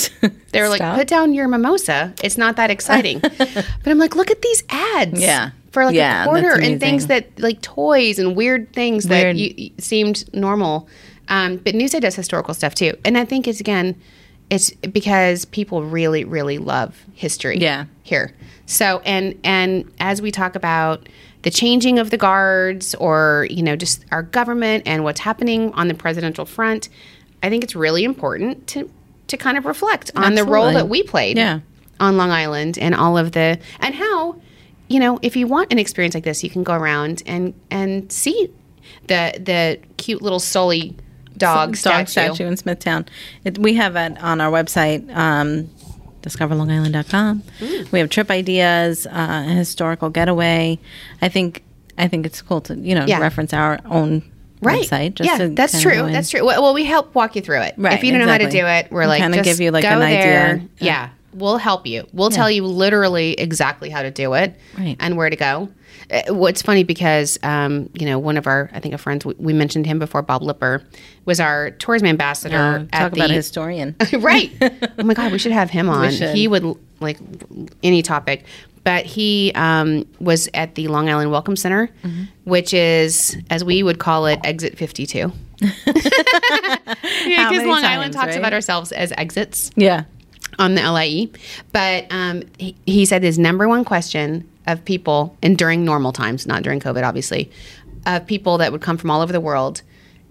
Speaker 1: They were like,
Speaker 2: Stop.
Speaker 1: put down your mimosa. It's not that exciting. but I'm like, look at these ads
Speaker 2: Yeah.
Speaker 1: for like
Speaker 2: Yeah,
Speaker 1: a
Speaker 2: that's
Speaker 1: quarter and things
Speaker 2: amazing.
Speaker 1: that like toys and weird things
Speaker 2: Weird.
Speaker 1: that you, you- seemed normal. Um, but Newsday does historical stuff too, and I think it's again, it's because people really, really love history.
Speaker 2: Yeah.
Speaker 1: here. So and and as we talk about the changing of the guards, or you know, just our government and what's happening on the presidential front, I think it's really important to to kind of reflect on the role
Speaker 2: Absolutely.
Speaker 1: that we played
Speaker 2: Yeah.
Speaker 1: on Long Island and all of the and how you know if you want an experience like this, you can go around and and see the the cute little Sully dog,
Speaker 2: dog
Speaker 1: statue.
Speaker 2: statue in Smithtown. It, we have it on our website, um, discoverlongisland.com.
Speaker 1: Mm.
Speaker 2: We have trip ideas, uh, a historical getaway. I think I think it's cool to you know
Speaker 1: Yeah.
Speaker 2: reference our own
Speaker 1: Right.
Speaker 2: website.
Speaker 1: yeah,
Speaker 2: to
Speaker 1: that's
Speaker 2: kinda go
Speaker 1: true.
Speaker 2: in.
Speaker 1: That's true. Well, well, we help walk you through it.
Speaker 2: Right,
Speaker 1: If you don't know how to
Speaker 2: exactly.
Speaker 1: do it, we're
Speaker 2: We
Speaker 1: like
Speaker 2: kinda
Speaker 1: just
Speaker 2: give you, like,
Speaker 1: go
Speaker 2: an idea.
Speaker 1: there.
Speaker 2: Yeah.
Speaker 1: Yeah. We'll help you. We'll tell you literally exactly how to do it
Speaker 2: Right.
Speaker 1: and where to go. Uh, What's funny because um, you know one of our I think a friend we, we mentioned him before Bob Lipper was our tourism ambassador at
Speaker 2: Oh, Talk
Speaker 1: the
Speaker 2: about a historian.
Speaker 1: right. Oh my God, we should have him on.
Speaker 2: should.
Speaker 1: He would like any topic. But he um, was at the Long Island Welcome Center,
Speaker 2: Mm-hmm.
Speaker 1: which is, as we would call it, Exit 52. yeah, because
Speaker 2: many
Speaker 1: Long Island
Speaker 2: times,
Speaker 1: talks
Speaker 2: right?
Speaker 1: about ourselves as exits
Speaker 2: yeah.
Speaker 1: on the LIE. But um, he, he said his number one question of people, and during normal times, not during COVID, obviously, of people that would come from all over the world.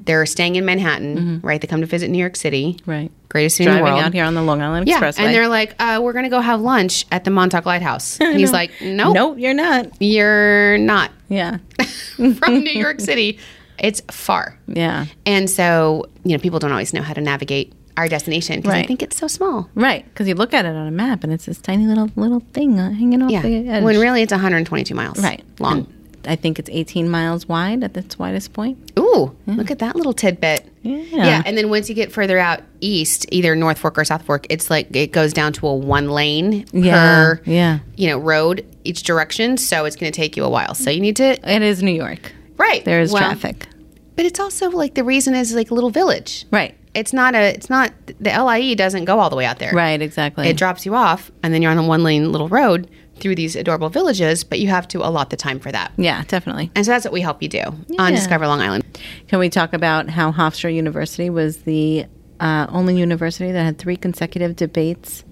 Speaker 1: They're staying in Manhattan, right? They come to visit New York City,
Speaker 2: Mm-hmm. Right.
Speaker 1: Greatest city in the
Speaker 2: Driving
Speaker 1: world.
Speaker 2: out here on the Long Island
Speaker 1: Yeah,
Speaker 2: Expressway.
Speaker 1: and they're like, uh, "We're gonna go have lunch at the Montauk Lighthouse." And he's like, "Nope,
Speaker 2: nope, you're not.
Speaker 1: you're not
Speaker 2: Yeah.
Speaker 1: from New York City. It's far."
Speaker 2: Yeah.
Speaker 1: And so, you know, people don't always know how to navigate our destination because I
Speaker 2: Right.
Speaker 1: think it's so small.
Speaker 2: Right, because you look at it on a map and it's this tiny little little thing uh, hanging off
Speaker 1: Yeah,
Speaker 2: the edge.
Speaker 1: when really it's 122 miles.
Speaker 2: right,
Speaker 1: long.
Speaker 2: And I think it's 18 miles wide at its widest point.
Speaker 1: Ooh, look at that little tidbit.
Speaker 2: Hmm. Yeah.
Speaker 1: Yeah, and then once you get further out east, either North Fork or South Fork, it's like it goes down to a one lane
Speaker 2: Yeah,
Speaker 1: per
Speaker 2: yeah.
Speaker 1: you know road each direction. So it's going to take you a while. So you need to
Speaker 2: It is New York.
Speaker 1: right
Speaker 2: There is
Speaker 1: well,
Speaker 2: traffic.
Speaker 1: But it's also like the reason is like a little village.
Speaker 2: Right,
Speaker 1: It's not a. It's not the LIE doesn't go all the way out there.
Speaker 2: right, exactly.
Speaker 1: It drops you off, and then you're on a one lane little road through these adorable villages. But you have to allot the time for that.
Speaker 2: yeah, definitely.
Speaker 1: And so that's what we help you do on
Speaker 2: Yeah.
Speaker 1: Discover Long Island.
Speaker 2: Can we talk about how Hofstra University was the uh, only university that had three consecutive debates?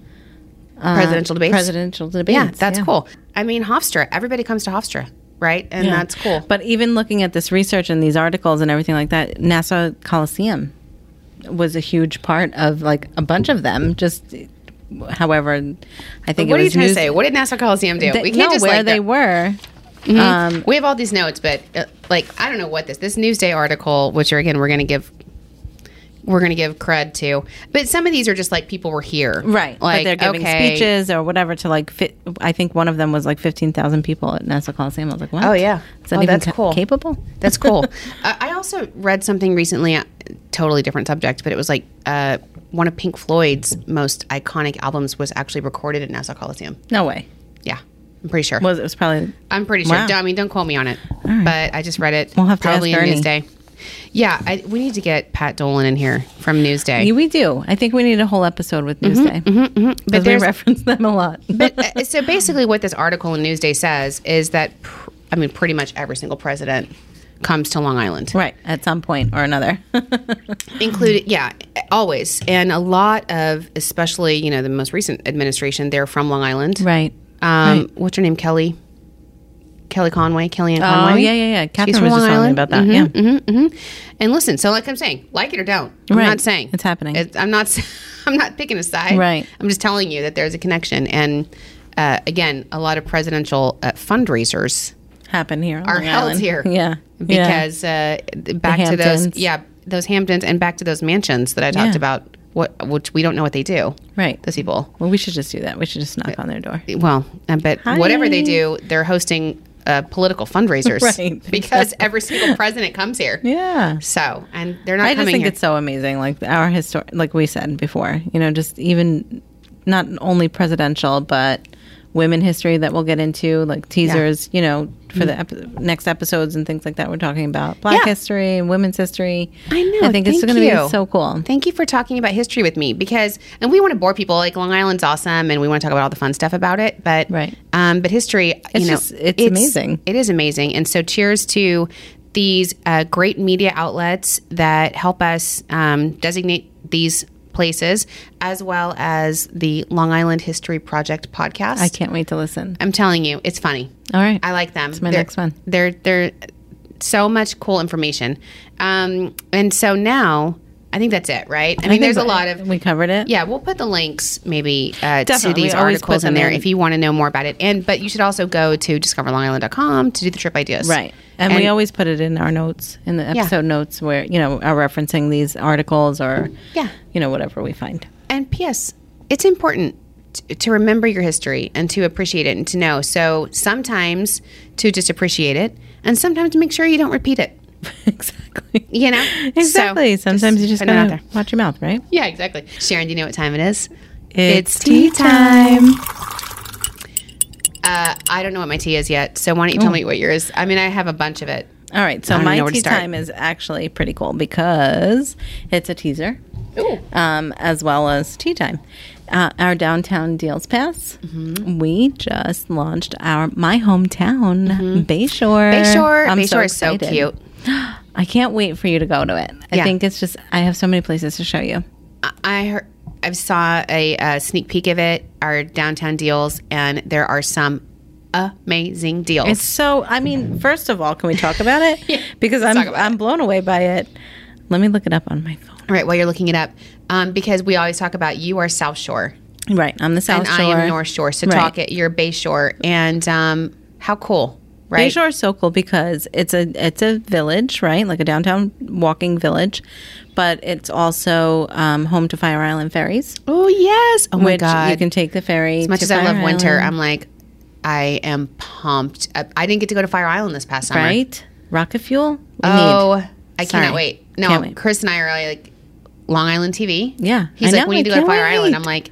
Speaker 2: uh,
Speaker 1: Presidential debates?
Speaker 2: Presidential debates.
Speaker 1: Yeah, that's cool. I mean, Hofstra. Everybody comes to Hofstra, right? And
Speaker 2: Yeah.
Speaker 1: that's cool.
Speaker 2: But even looking at this research and these articles and everything like that, NASA Coliseum was a huge part of like a bunch of them. Just however, I think
Speaker 1: what are you
Speaker 2: it was
Speaker 1: trying
Speaker 2: news-
Speaker 1: to say? What did NASA Coliseum do?
Speaker 2: That,
Speaker 1: we
Speaker 2: no,
Speaker 1: can't just
Speaker 2: where
Speaker 1: like
Speaker 2: they
Speaker 1: go-
Speaker 2: were. Um,
Speaker 1: we have all these notes, but uh, like I don't know what this this Newsday article, which are again we're going to give we're going to give cred to, but some of these are just like people were here, Like
Speaker 2: right. Like they're giving
Speaker 1: okay.
Speaker 2: speeches or whatever to like. Fit, I think one of them was like fifteen thousand people at NASA Coliseum. I was like, what?
Speaker 1: Oh, yeah.
Speaker 2: Is that
Speaker 1: Oh,
Speaker 2: even
Speaker 1: that's
Speaker 2: ca-
Speaker 1: cool.
Speaker 2: Capable.
Speaker 1: That's cool. uh, I also read something recently, uh, totally different subject, but it was like uh, one of Pink Floyd's most iconic albums was actually recorded at NASA Coliseum.
Speaker 2: No way.
Speaker 1: Yeah, I'm pretty sure.
Speaker 2: Was it was probably
Speaker 1: I'm pretty sure.
Speaker 2: Wow.
Speaker 1: Don't- I mean, don't quote me on it, but I just read it.
Speaker 2: We'll have to ask
Speaker 1: probably in
Speaker 2: Ernie.
Speaker 1: Newsday. Yeah, I, we need to get Pat Dolan in here from Newsday.
Speaker 2: we do. I think we need a whole episode with
Speaker 1: Mm-hmm,
Speaker 2: Newsday. But they
Speaker 1: there's-
Speaker 2: reference them a lot.
Speaker 1: but uh, so basically, what this article in Newsday says is that, pr- I mean, pretty much every single president comes to Long Island,
Speaker 2: Right, at some point or another.
Speaker 1: included, yeah, always, and a lot of, especially you know, the most recent administration, they're from Long Island.
Speaker 2: right.
Speaker 1: Um,
Speaker 2: Right.
Speaker 1: What's her name? Kelly. Kelly Conway, Kellyanne
Speaker 2: Oh,
Speaker 1: Conway.
Speaker 2: yeah, yeah, yeah. Catherine
Speaker 1: from
Speaker 2: was just
Speaker 1: Long
Speaker 2: telling
Speaker 1: Island.
Speaker 2: me about that. yeah.
Speaker 1: Mm-hmm, hmm And listen, so like I'm saying, like it or don't, I'm
Speaker 2: Right.
Speaker 1: not saying
Speaker 2: It's happening.
Speaker 1: It- I'm not. s- I'm not picking a side.
Speaker 2: Right.
Speaker 1: I'm just telling you that there's a connection, and uh, again, a lot of presidential uh, fundraisers
Speaker 2: Happened here. on
Speaker 1: are
Speaker 2: Long
Speaker 1: held
Speaker 2: Island.
Speaker 1: here.
Speaker 2: Yeah.
Speaker 1: because uh, back to those,
Speaker 2: Hamptons.
Speaker 1: yeah, those Hamptons, and back to those mansions that I talked
Speaker 2: Yeah.
Speaker 1: about. What, which we don't know what they do.
Speaker 2: Yeah. Right.
Speaker 1: Those people.
Speaker 2: Well, we should just do that. We should just knock on their door.
Speaker 1: Well, uh, but
Speaker 2: Hi.
Speaker 1: whatever they do, they're hosting uh, political fundraisers,
Speaker 2: Right.
Speaker 1: Because every single president comes here.
Speaker 2: Yeah.
Speaker 1: So, and they're not
Speaker 2: I just
Speaker 1: coming
Speaker 2: think
Speaker 1: here.
Speaker 2: it's so amazing. Like our history, like we said before, you know, just even not only presidential, but women history that we'll get into, like teasers, you know, for the ep- next episodes and things like that. We're talking about black
Speaker 1: Mm-hmm. Yeah.
Speaker 2: history and women's history.
Speaker 1: I know,
Speaker 2: I think it's
Speaker 1: thank
Speaker 2: going to
Speaker 1: you.
Speaker 2: be so cool.
Speaker 1: Thank you for talking about history with me because, and we want to bore people. Like Long Island's awesome, and we want to talk about all the fun stuff about it. But
Speaker 2: Right.
Speaker 1: um, but history,
Speaker 2: It's
Speaker 1: you know,
Speaker 2: just- it's amazing.
Speaker 1: It is amazing, and so cheers to these uh, great media outlets that help us um, designate these places, as well as the Long Island History Project podcast.
Speaker 2: I can't wait to listen.
Speaker 1: I'm telling you, it's funny.
Speaker 2: All right.
Speaker 1: I like them. It's
Speaker 2: my next one.
Speaker 1: They're they're so much cool information. Um, and so now I think that's it, right? I mean, there's a lot of
Speaker 2: we covered it.
Speaker 1: yeah. We'll put the links maybe uh, to
Speaker 2: Definitely.
Speaker 1: these
Speaker 2: We always
Speaker 1: articles
Speaker 2: put
Speaker 1: in
Speaker 2: them
Speaker 1: there
Speaker 2: in.
Speaker 1: if you want to know more about it. And but you should also go to discoverlongisland.com to do the trip ideas,
Speaker 2: Right. And, we always put it in our notes, in the episode notes where, you know, are referencing these articles or,
Speaker 1: Yeah.
Speaker 2: you know, whatever we find.
Speaker 1: And P.S. It's important t- to remember your history and to appreciate it and to know. So sometimes to just appreciate it, and sometimes make sure you don't repeat it.
Speaker 2: exactly.
Speaker 1: You know So,
Speaker 2: Exactly. Sometimes you just
Speaker 1: putting it out
Speaker 2: gotta watch your mouth, right?
Speaker 1: Yeah, exactly. Sharon, do you know what time it is? It's tea time. Uh, I don't know what my tea is yet, so why don't you tell me what yours? I mean, I have a bunch of it.
Speaker 2: All right, so
Speaker 1: don't
Speaker 2: my
Speaker 1: know where to
Speaker 2: tea
Speaker 1: start.
Speaker 2: time is actually pretty cool because it's a teaser,
Speaker 1: Ooh.
Speaker 2: um, as well as tea time. Uh, our downtown deals pass. We just launched our my hometown Mm-hmm. Bayshore.
Speaker 1: Bayshore,
Speaker 2: I'm
Speaker 1: Bayshore is so
Speaker 2: excited.
Speaker 1: cute.
Speaker 2: I can't wait for you to go to it. I
Speaker 1: Yeah.
Speaker 2: think it's just I have so many places to show you.
Speaker 1: I- I heard, I saw a, uh sneak peek of it, our downtown deals, and there are some amazing deals.
Speaker 2: It's so. I mean, first of all, can we talk about it? because I'm
Speaker 1: talk about
Speaker 2: I'm blown away by it. Let me look it up on my phone.
Speaker 1: All right, while you're looking it up, um, because we always talk about you are South Shore
Speaker 2: Right, I'm the South
Speaker 1: and
Speaker 2: Shore.
Speaker 1: I am North Shore. So
Speaker 2: Right.
Speaker 1: talk it, you're Bay Shore, and um, how cool, right?
Speaker 2: Bayshore is so cool because it's a it's a village, right? Like a downtown walking village, but it's also um, home to Fire Island ferries,
Speaker 1: Oh yes! Oh my
Speaker 2: which
Speaker 1: god!
Speaker 2: you can take the ferry.
Speaker 1: as much
Speaker 2: to
Speaker 1: as I
Speaker 2: Fire
Speaker 1: love winter,
Speaker 2: Island,
Speaker 1: I'm like, I am pumped. I, I didn't get to go to Fire Island this past summer.
Speaker 2: right? Rocket fuel. We
Speaker 1: Oh, I
Speaker 2: Sorry.
Speaker 1: cannot wait. No,
Speaker 2: Can't wait.
Speaker 1: Chris and I are like Long Island TV.
Speaker 2: Yeah,
Speaker 1: He's
Speaker 2: I
Speaker 1: like,
Speaker 2: know,
Speaker 1: we
Speaker 2: I
Speaker 1: need to go to
Speaker 2: can't
Speaker 1: Fire Island.
Speaker 2: wait.
Speaker 1: I'm like,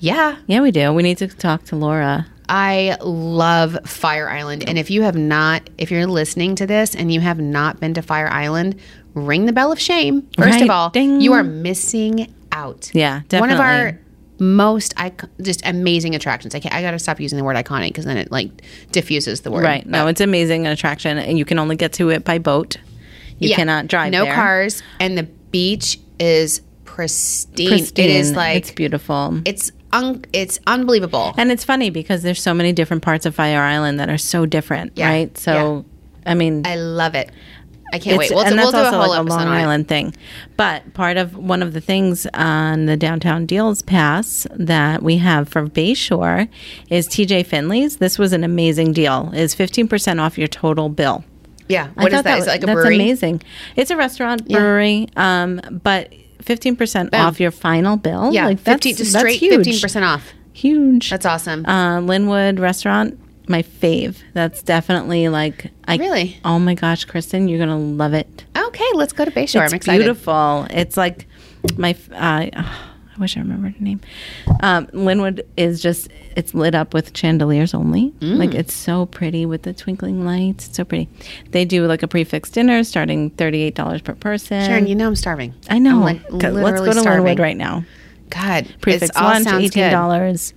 Speaker 1: yeah,
Speaker 2: need. yeah, we do. We need to talk to Laura.
Speaker 1: I love Fire Island. And if you have not, if you're listening to this and you have not been to Fire Island, ring the bell of shame. First
Speaker 2: Right.
Speaker 1: of all,
Speaker 2: Ding.
Speaker 1: you are missing out.
Speaker 2: Yeah,
Speaker 1: One of our
Speaker 2: definitely.
Speaker 1: most ic- just amazing attractions. I, can't, I gotta stop using the word iconic because then it like diffuses the word.
Speaker 2: Right. No, it's amazing an attraction, and you can only get to it by boat. You
Speaker 1: Yeah.
Speaker 2: cannot drive.
Speaker 1: No
Speaker 2: there.
Speaker 1: cars, and the beach is pristine. It is
Speaker 2: Pristine.
Speaker 1: like
Speaker 2: it's beautiful.
Speaker 1: it's un- it's unbelievable.
Speaker 2: And it's funny because there's so many different parts of Fire Island that are so different,
Speaker 1: Yeah.
Speaker 2: right? So, I mean,
Speaker 1: I love it. I can't wait.
Speaker 2: it's-
Speaker 1: We'll,
Speaker 2: and
Speaker 1: we'll
Speaker 2: that's
Speaker 1: do a
Speaker 2: also
Speaker 1: whole
Speaker 2: like a
Speaker 1: episode
Speaker 2: Long
Speaker 1: on it.
Speaker 2: Island thing. But part of one of the things on the downtown deals pass that we have for Bayshore is TJ Finley's. This was an amazing deal. Is 15% off your total bill.
Speaker 1: Yeah.
Speaker 2: I
Speaker 1: What is
Speaker 2: thought
Speaker 1: that?
Speaker 2: was-
Speaker 1: Is it like a
Speaker 2: that's
Speaker 1: brewery?
Speaker 2: amazing. It's a restaurant brewery, um, but 15% off your final bill.
Speaker 1: Yeah.
Speaker 2: like
Speaker 1: 15,
Speaker 2: that's,
Speaker 1: just
Speaker 2: that's
Speaker 1: straight
Speaker 2: huge.
Speaker 1: 15% off.
Speaker 2: Huge.
Speaker 1: That's awesome.
Speaker 2: uh, Linwood restaurant, my fave. That's definitely like I
Speaker 1: Really?
Speaker 2: Oh my gosh, Kristen, you're gonna love it.
Speaker 1: okay. Let's go to Bayshore.
Speaker 2: it's
Speaker 1: I'm excited.
Speaker 2: beautiful. It's like my. f- Uh, oh, I wish I remembered her name. Um, Linwood is just it's lit up with chandeliers only.
Speaker 1: Mm.
Speaker 2: Like it's so pretty with the twinkling lights. It's so pretty. They do like a prefix dinner starting thirty eight dollars per person.
Speaker 1: Sharon, you know I'm starving.
Speaker 2: I know.
Speaker 1: I'm like
Speaker 2: Okay,
Speaker 1: literally
Speaker 2: Let's go to
Speaker 1: starving.
Speaker 2: Linwood right now.
Speaker 1: God.
Speaker 2: Prefix
Speaker 1: it's all
Speaker 2: lunch,
Speaker 1: sounds
Speaker 2: eighteen
Speaker 1: good.
Speaker 2: dollars.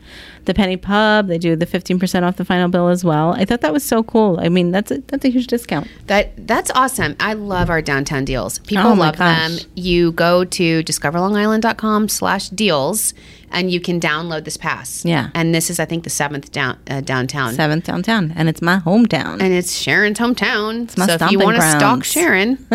Speaker 2: The Penny Pub, they do the fifteen percent off the final bill as well. I thought that was so cool. I mean, that's a, that's a huge discount.
Speaker 1: That that's awesome. I love our downtown deals. People
Speaker 2: Oh my
Speaker 1: love them.
Speaker 2: gosh.
Speaker 1: You go to discoverlongisland.com slash deals and you can download this pass.
Speaker 2: Yeah.
Speaker 1: And this is I think the seventh down uh, downtown.
Speaker 2: Seventh downtown, and it's my hometown.
Speaker 1: And it's Sharon's hometown.
Speaker 2: my
Speaker 1: so if you
Speaker 2: stomping
Speaker 1: want to stalk
Speaker 2: grounds.
Speaker 1: Sharon,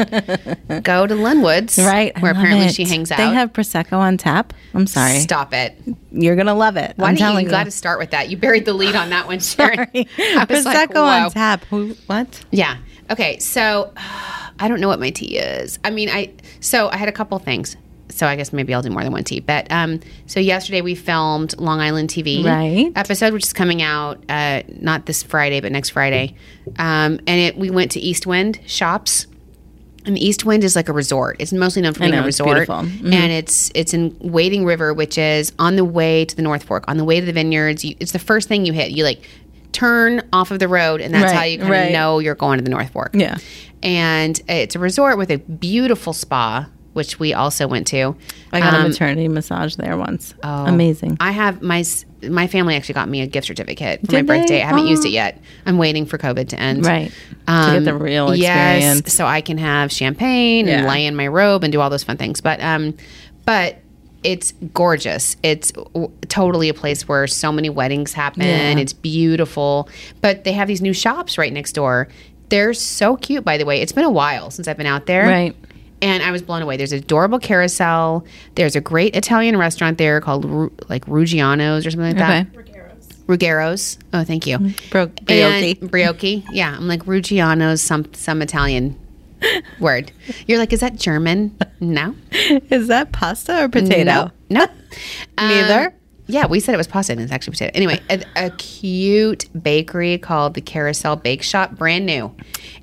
Speaker 1: go to Linwood's.
Speaker 2: right, I
Speaker 1: Where
Speaker 2: love
Speaker 1: apparently
Speaker 2: it.
Speaker 1: she hangs out.
Speaker 2: They have prosecco on tap. I'm sorry,
Speaker 1: Stop it.
Speaker 2: you're gonna love it.
Speaker 1: Why
Speaker 2: I'm
Speaker 1: do not you,
Speaker 2: telling
Speaker 1: you got to start with that? You buried the lead on that one, Sharon. I was
Speaker 2: prosecco
Speaker 1: like, wow.
Speaker 2: on tap. Who? What?
Speaker 1: Yeah. Okay. So I don't know what my tea is. I mean, I so I had a couple things. So I guess maybe I'll do more than one tea. But um, so yesterday we filmed Long Island TV
Speaker 2: Right.
Speaker 1: episode, which is coming out uh, not this Friday but next Friday, um, and it we went to Eastwind Shops. And Eastwind is like a resort. It's mostly known for being
Speaker 2: know,
Speaker 1: a
Speaker 2: it's
Speaker 1: resort,
Speaker 2: beautiful. Mhm.
Speaker 1: and it's it's in Wading River, which is on the way to the North Fork, on the way to the vineyards. You, it's the first thing you hit. You like turn off of the road, and that's how
Speaker 2: Right,
Speaker 1: you kind
Speaker 2: right.
Speaker 1: of know you're going to the North Fork.
Speaker 2: Yeah.
Speaker 1: and it's a resort with a beautiful spa, which we also went to.
Speaker 2: I got a
Speaker 1: Um, oh,
Speaker 2: maternity massage there once. Amazing.
Speaker 1: I have my s- my family actually got me a gift certificate for my
Speaker 2: Did they?
Speaker 1: birthday. I haven't used
Speaker 2: Aw.
Speaker 1: it yet. I'm waiting for COVID to end.
Speaker 2: Right. To get the real experience.
Speaker 1: Um, Yes, so I can have champagne and
Speaker 2: Yeah.
Speaker 1: lay in my robe and do all those fun things. But um, but it's gorgeous. It's w- totally a place where so many weddings happen.
Speaker 2: Yeah.
Speaker 1: It's beautiful. But they have these new shops right next door. They're so cute, by the way. It's been a while since I've been out there.
Speaker 2: Right.
Speaker 1: And I was blown away. There's an adorable carousel. There's a great Italian restaurant there called Ru- like Ruggiano's or something like that.
Speaker 2: Okay. Mm-hmm.
Speaker 1: Ruggero's. Oh, thank you.
Speaker 2: Bro-
Speaker 1: And-
Speaker 2: Brioche.
Speaker 1: Brioche. Yeah, I'm like Ruggiano's, some some Italian word. You're like, is that German? No.
Speaker 2: Is that pasta or potato?
Speaker 1: No. Nope. Um,
Speaker 2: Neither?
Speaker 1: yeah, we said it was pasta and it's actually potato. Anyway, a, a cute bakery called the Carousel Bake Shop, brand new.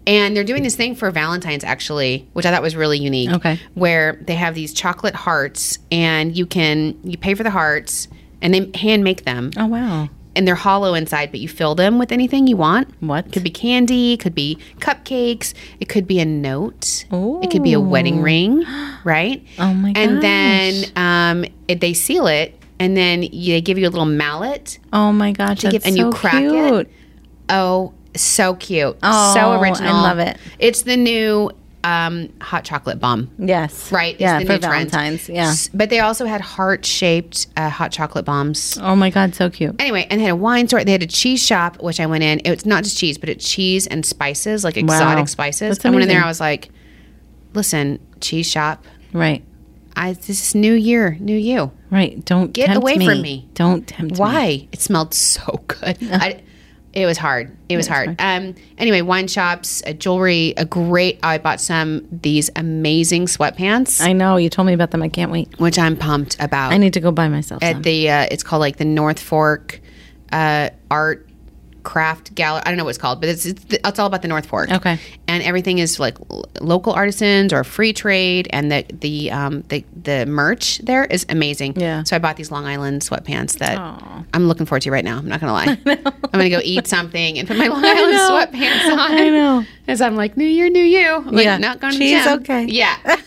Speaker 1: And they're doing this thing for Valentine's actually, which I thought was really unique.
Speaker 2: Okay.
Speaker 1: Where they have these chocolate hearts and you can you pay for the hearts and they hand make them.
Speaker 2: Oh wow.
Speaker 1: And they're hollow inside, but you fill them with anything you want.
Speaker 2: What?
Speaker 1: Could be candy, could be cupcakes, it could be a note, it could be a wedding ring, right?
Speaker 2: Oh my
Speaker 1: And then
Speaker 2: gosh.
Speaker 1: um, it, they seal it, and then you, they give you a little mallet.
Speaker 2: Oh my gosh. That's
Speaker 1: give- and
Speaker 2: so
Speaker 1: you crack it.
Speaker 2: cute.
Speaker 1: Oh, so cute.
Speaker 2: Oh, I
Speaker 1: so original.
Speaker 2: love it.
Speaker 1: It's the new um, hot chocolate bomb.
Speaker 2: Yes.
Speaker 1: Right, it's
Speaker 2: Yeah.
Speaker 1: the
Speaker 2: for
Speaker 1: new trend.
Speaker 2: Valentine's. Yeah.
Speaker 1: S- But they also had heart shaped uh, hot chocolate bombs.
Speaker 2: Oh my god. So cute.
Speaker 1: Anyway, and they had a wine store. They had a cheese shop, which I went in. It's not just cheese, but it's cheese and spices, like exotic spices.
Speaker 2: That's
Speaker 1: I went in there.
Speaker 2: amazing.
Speaker 1: I was like, "Listen, cheese shop.
Speaker 2: Right.
Speaker 1: I this is new year, new you.
Speaker 2: Right. Don't
Speaker 1: Get
Speaker 2: tempt
Speaker 1: away from me.
Speaker 2: Don't tempt me.
Speaker 1: Why? It smelled so good. I, it was hard. It was hard. Um, anyway, wine shops, uh, jewelry, a great. I bought some these amazing sweatpants,
Speaker 2: I know you told me about them. I can't wait.
Speaker 1: which I'm pumped about.
Speaker 2: I need to go buy myself some.
Speaker 1: at the uh, it's called like the North Fork uh, Art Craft Gallery. I don't know what it's called, but it's it's, it's all about the North Fork.
Speaker 2: Okay.
Speaker 1: and everything is like l- local artisans or free trade, and the the um, the the merch there is amazing.
Speaker 2: Yeah.
Speaker 1: So I bought these Long Island sweatpants that
Speaker 2: Aw.
Speaker 1: I'm looking forward to right now. I'm not gonna lie. I'm gonna go eat something and put my Long Island
Speaker 2: know.
Speaker 1: sweatpants on.
Speaker 2: I know.
Speaker 1: As I'm like, New Year, New You. I'm like,
Speaker 2: Yeah.
Speaker 1: Not going to the
Speaker 2: She's
Speaker 1: gym.
Speaker 2: okay.
Speaker 1: Yeah.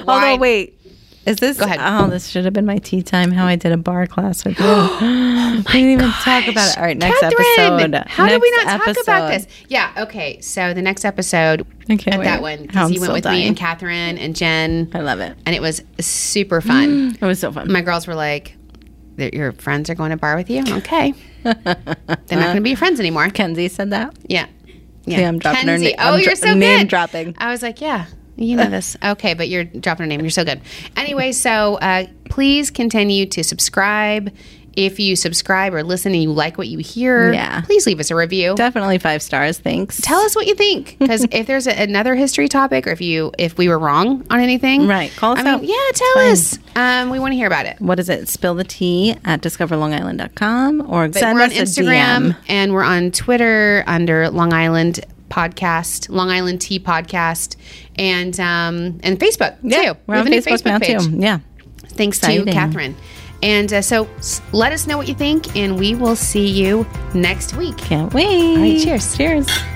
Speaker 2: Although,
Speaker 1: Wine.
Speaker 2: wait, is this?
Speaker 1: ahead.
Speaker 2: Oh, this should have been my tea time. How I did a bar class with you. we didn't even talk about it. All right, next
Speaker 1: Oh Catherine,
Speaker 2: episode.
Speaker 1: How did we
Speaker 2: Next
Speaker 1: not talk about
Speaker 2: episode.
Speaker 1: this? Yeah. Okay. So the next episode,
Speaker 2: I can't
Speaker 1: at that
Speaker 2: wait.
Speaker 1: one, because
Speaker 2: I'm
Speaker 1: he went
Speaker 2: still
Speaker 1: with me
Speaker 2: dying.
Speaker 1: and Catherine and Jen,
Speaker 2: I love it.
Speaker 1: and it was super fun.
Speaker 2: It was so fun.
Speaker 1: My girls were like, "That "Your friends are going to bar with you? Okay, they're not going to be your friends anymore."
Speaker 2: Kenzie said that.
Speaker 1: Yeah. Yeah.
Speaker 2: I'm dropping her
Speaker 1: Kenzie-
Speaker 2: name-
Speaker 1: Oh,
Speaker 2: I'm
Speaker 1: you're
Speaker 2: dro-
Speaker 1: so
Speaker 2: name
Speaker 1: good.
Speaker 2: dropping.
Speaker 1: I was like, yeah, you know this. Okay, but you're dropping her name. You're so good. Anyway, so uh, please continue to subscribe. If you subscribe or listen and you like what you hear,
Speaker 2: Yeah.
Speaker 1: please leave us a review.
Speaker 2: Definitely five stars. Thanks.
Speaker 1: Tell us what you think, because if there's a, another history topic, or if you if we were wrong on anything,
Speaker 2: Right, call us
Speaker 1: I mean,
Speaker 2: out.
Speaker 1: Yeah, tell us. Um, we want to hear about it.
Speaker 2: what is it? Spill the tea at discoverlongisland.com or
Speaker 1: But
Speaker 2: send
Speaker 1: we're
Speaker 2: us
Speaker 1: on
Speaker 2: a
Speaker 1: Instagram
Speaker 2: DM.
Speaker 1: and we're on Twitter under Long Island Podcast, Long Island Tea Podcast, and um, and Facebook too.
Speaker 2: We're
Speaker 1: We
Speaker 2: on
Speaker 1: have a new
Speaker 2: Facebook, now too. Yeah.
Speaker 1: Thanks to
Speaker 2: Exciting.
Speaker 1: Catherine. And uh, so s- let us know what you think, and we will see you next week.
Speaker 2: Can't wait.
Speaker 1: right, cheers.
Speaker 2: Cheers.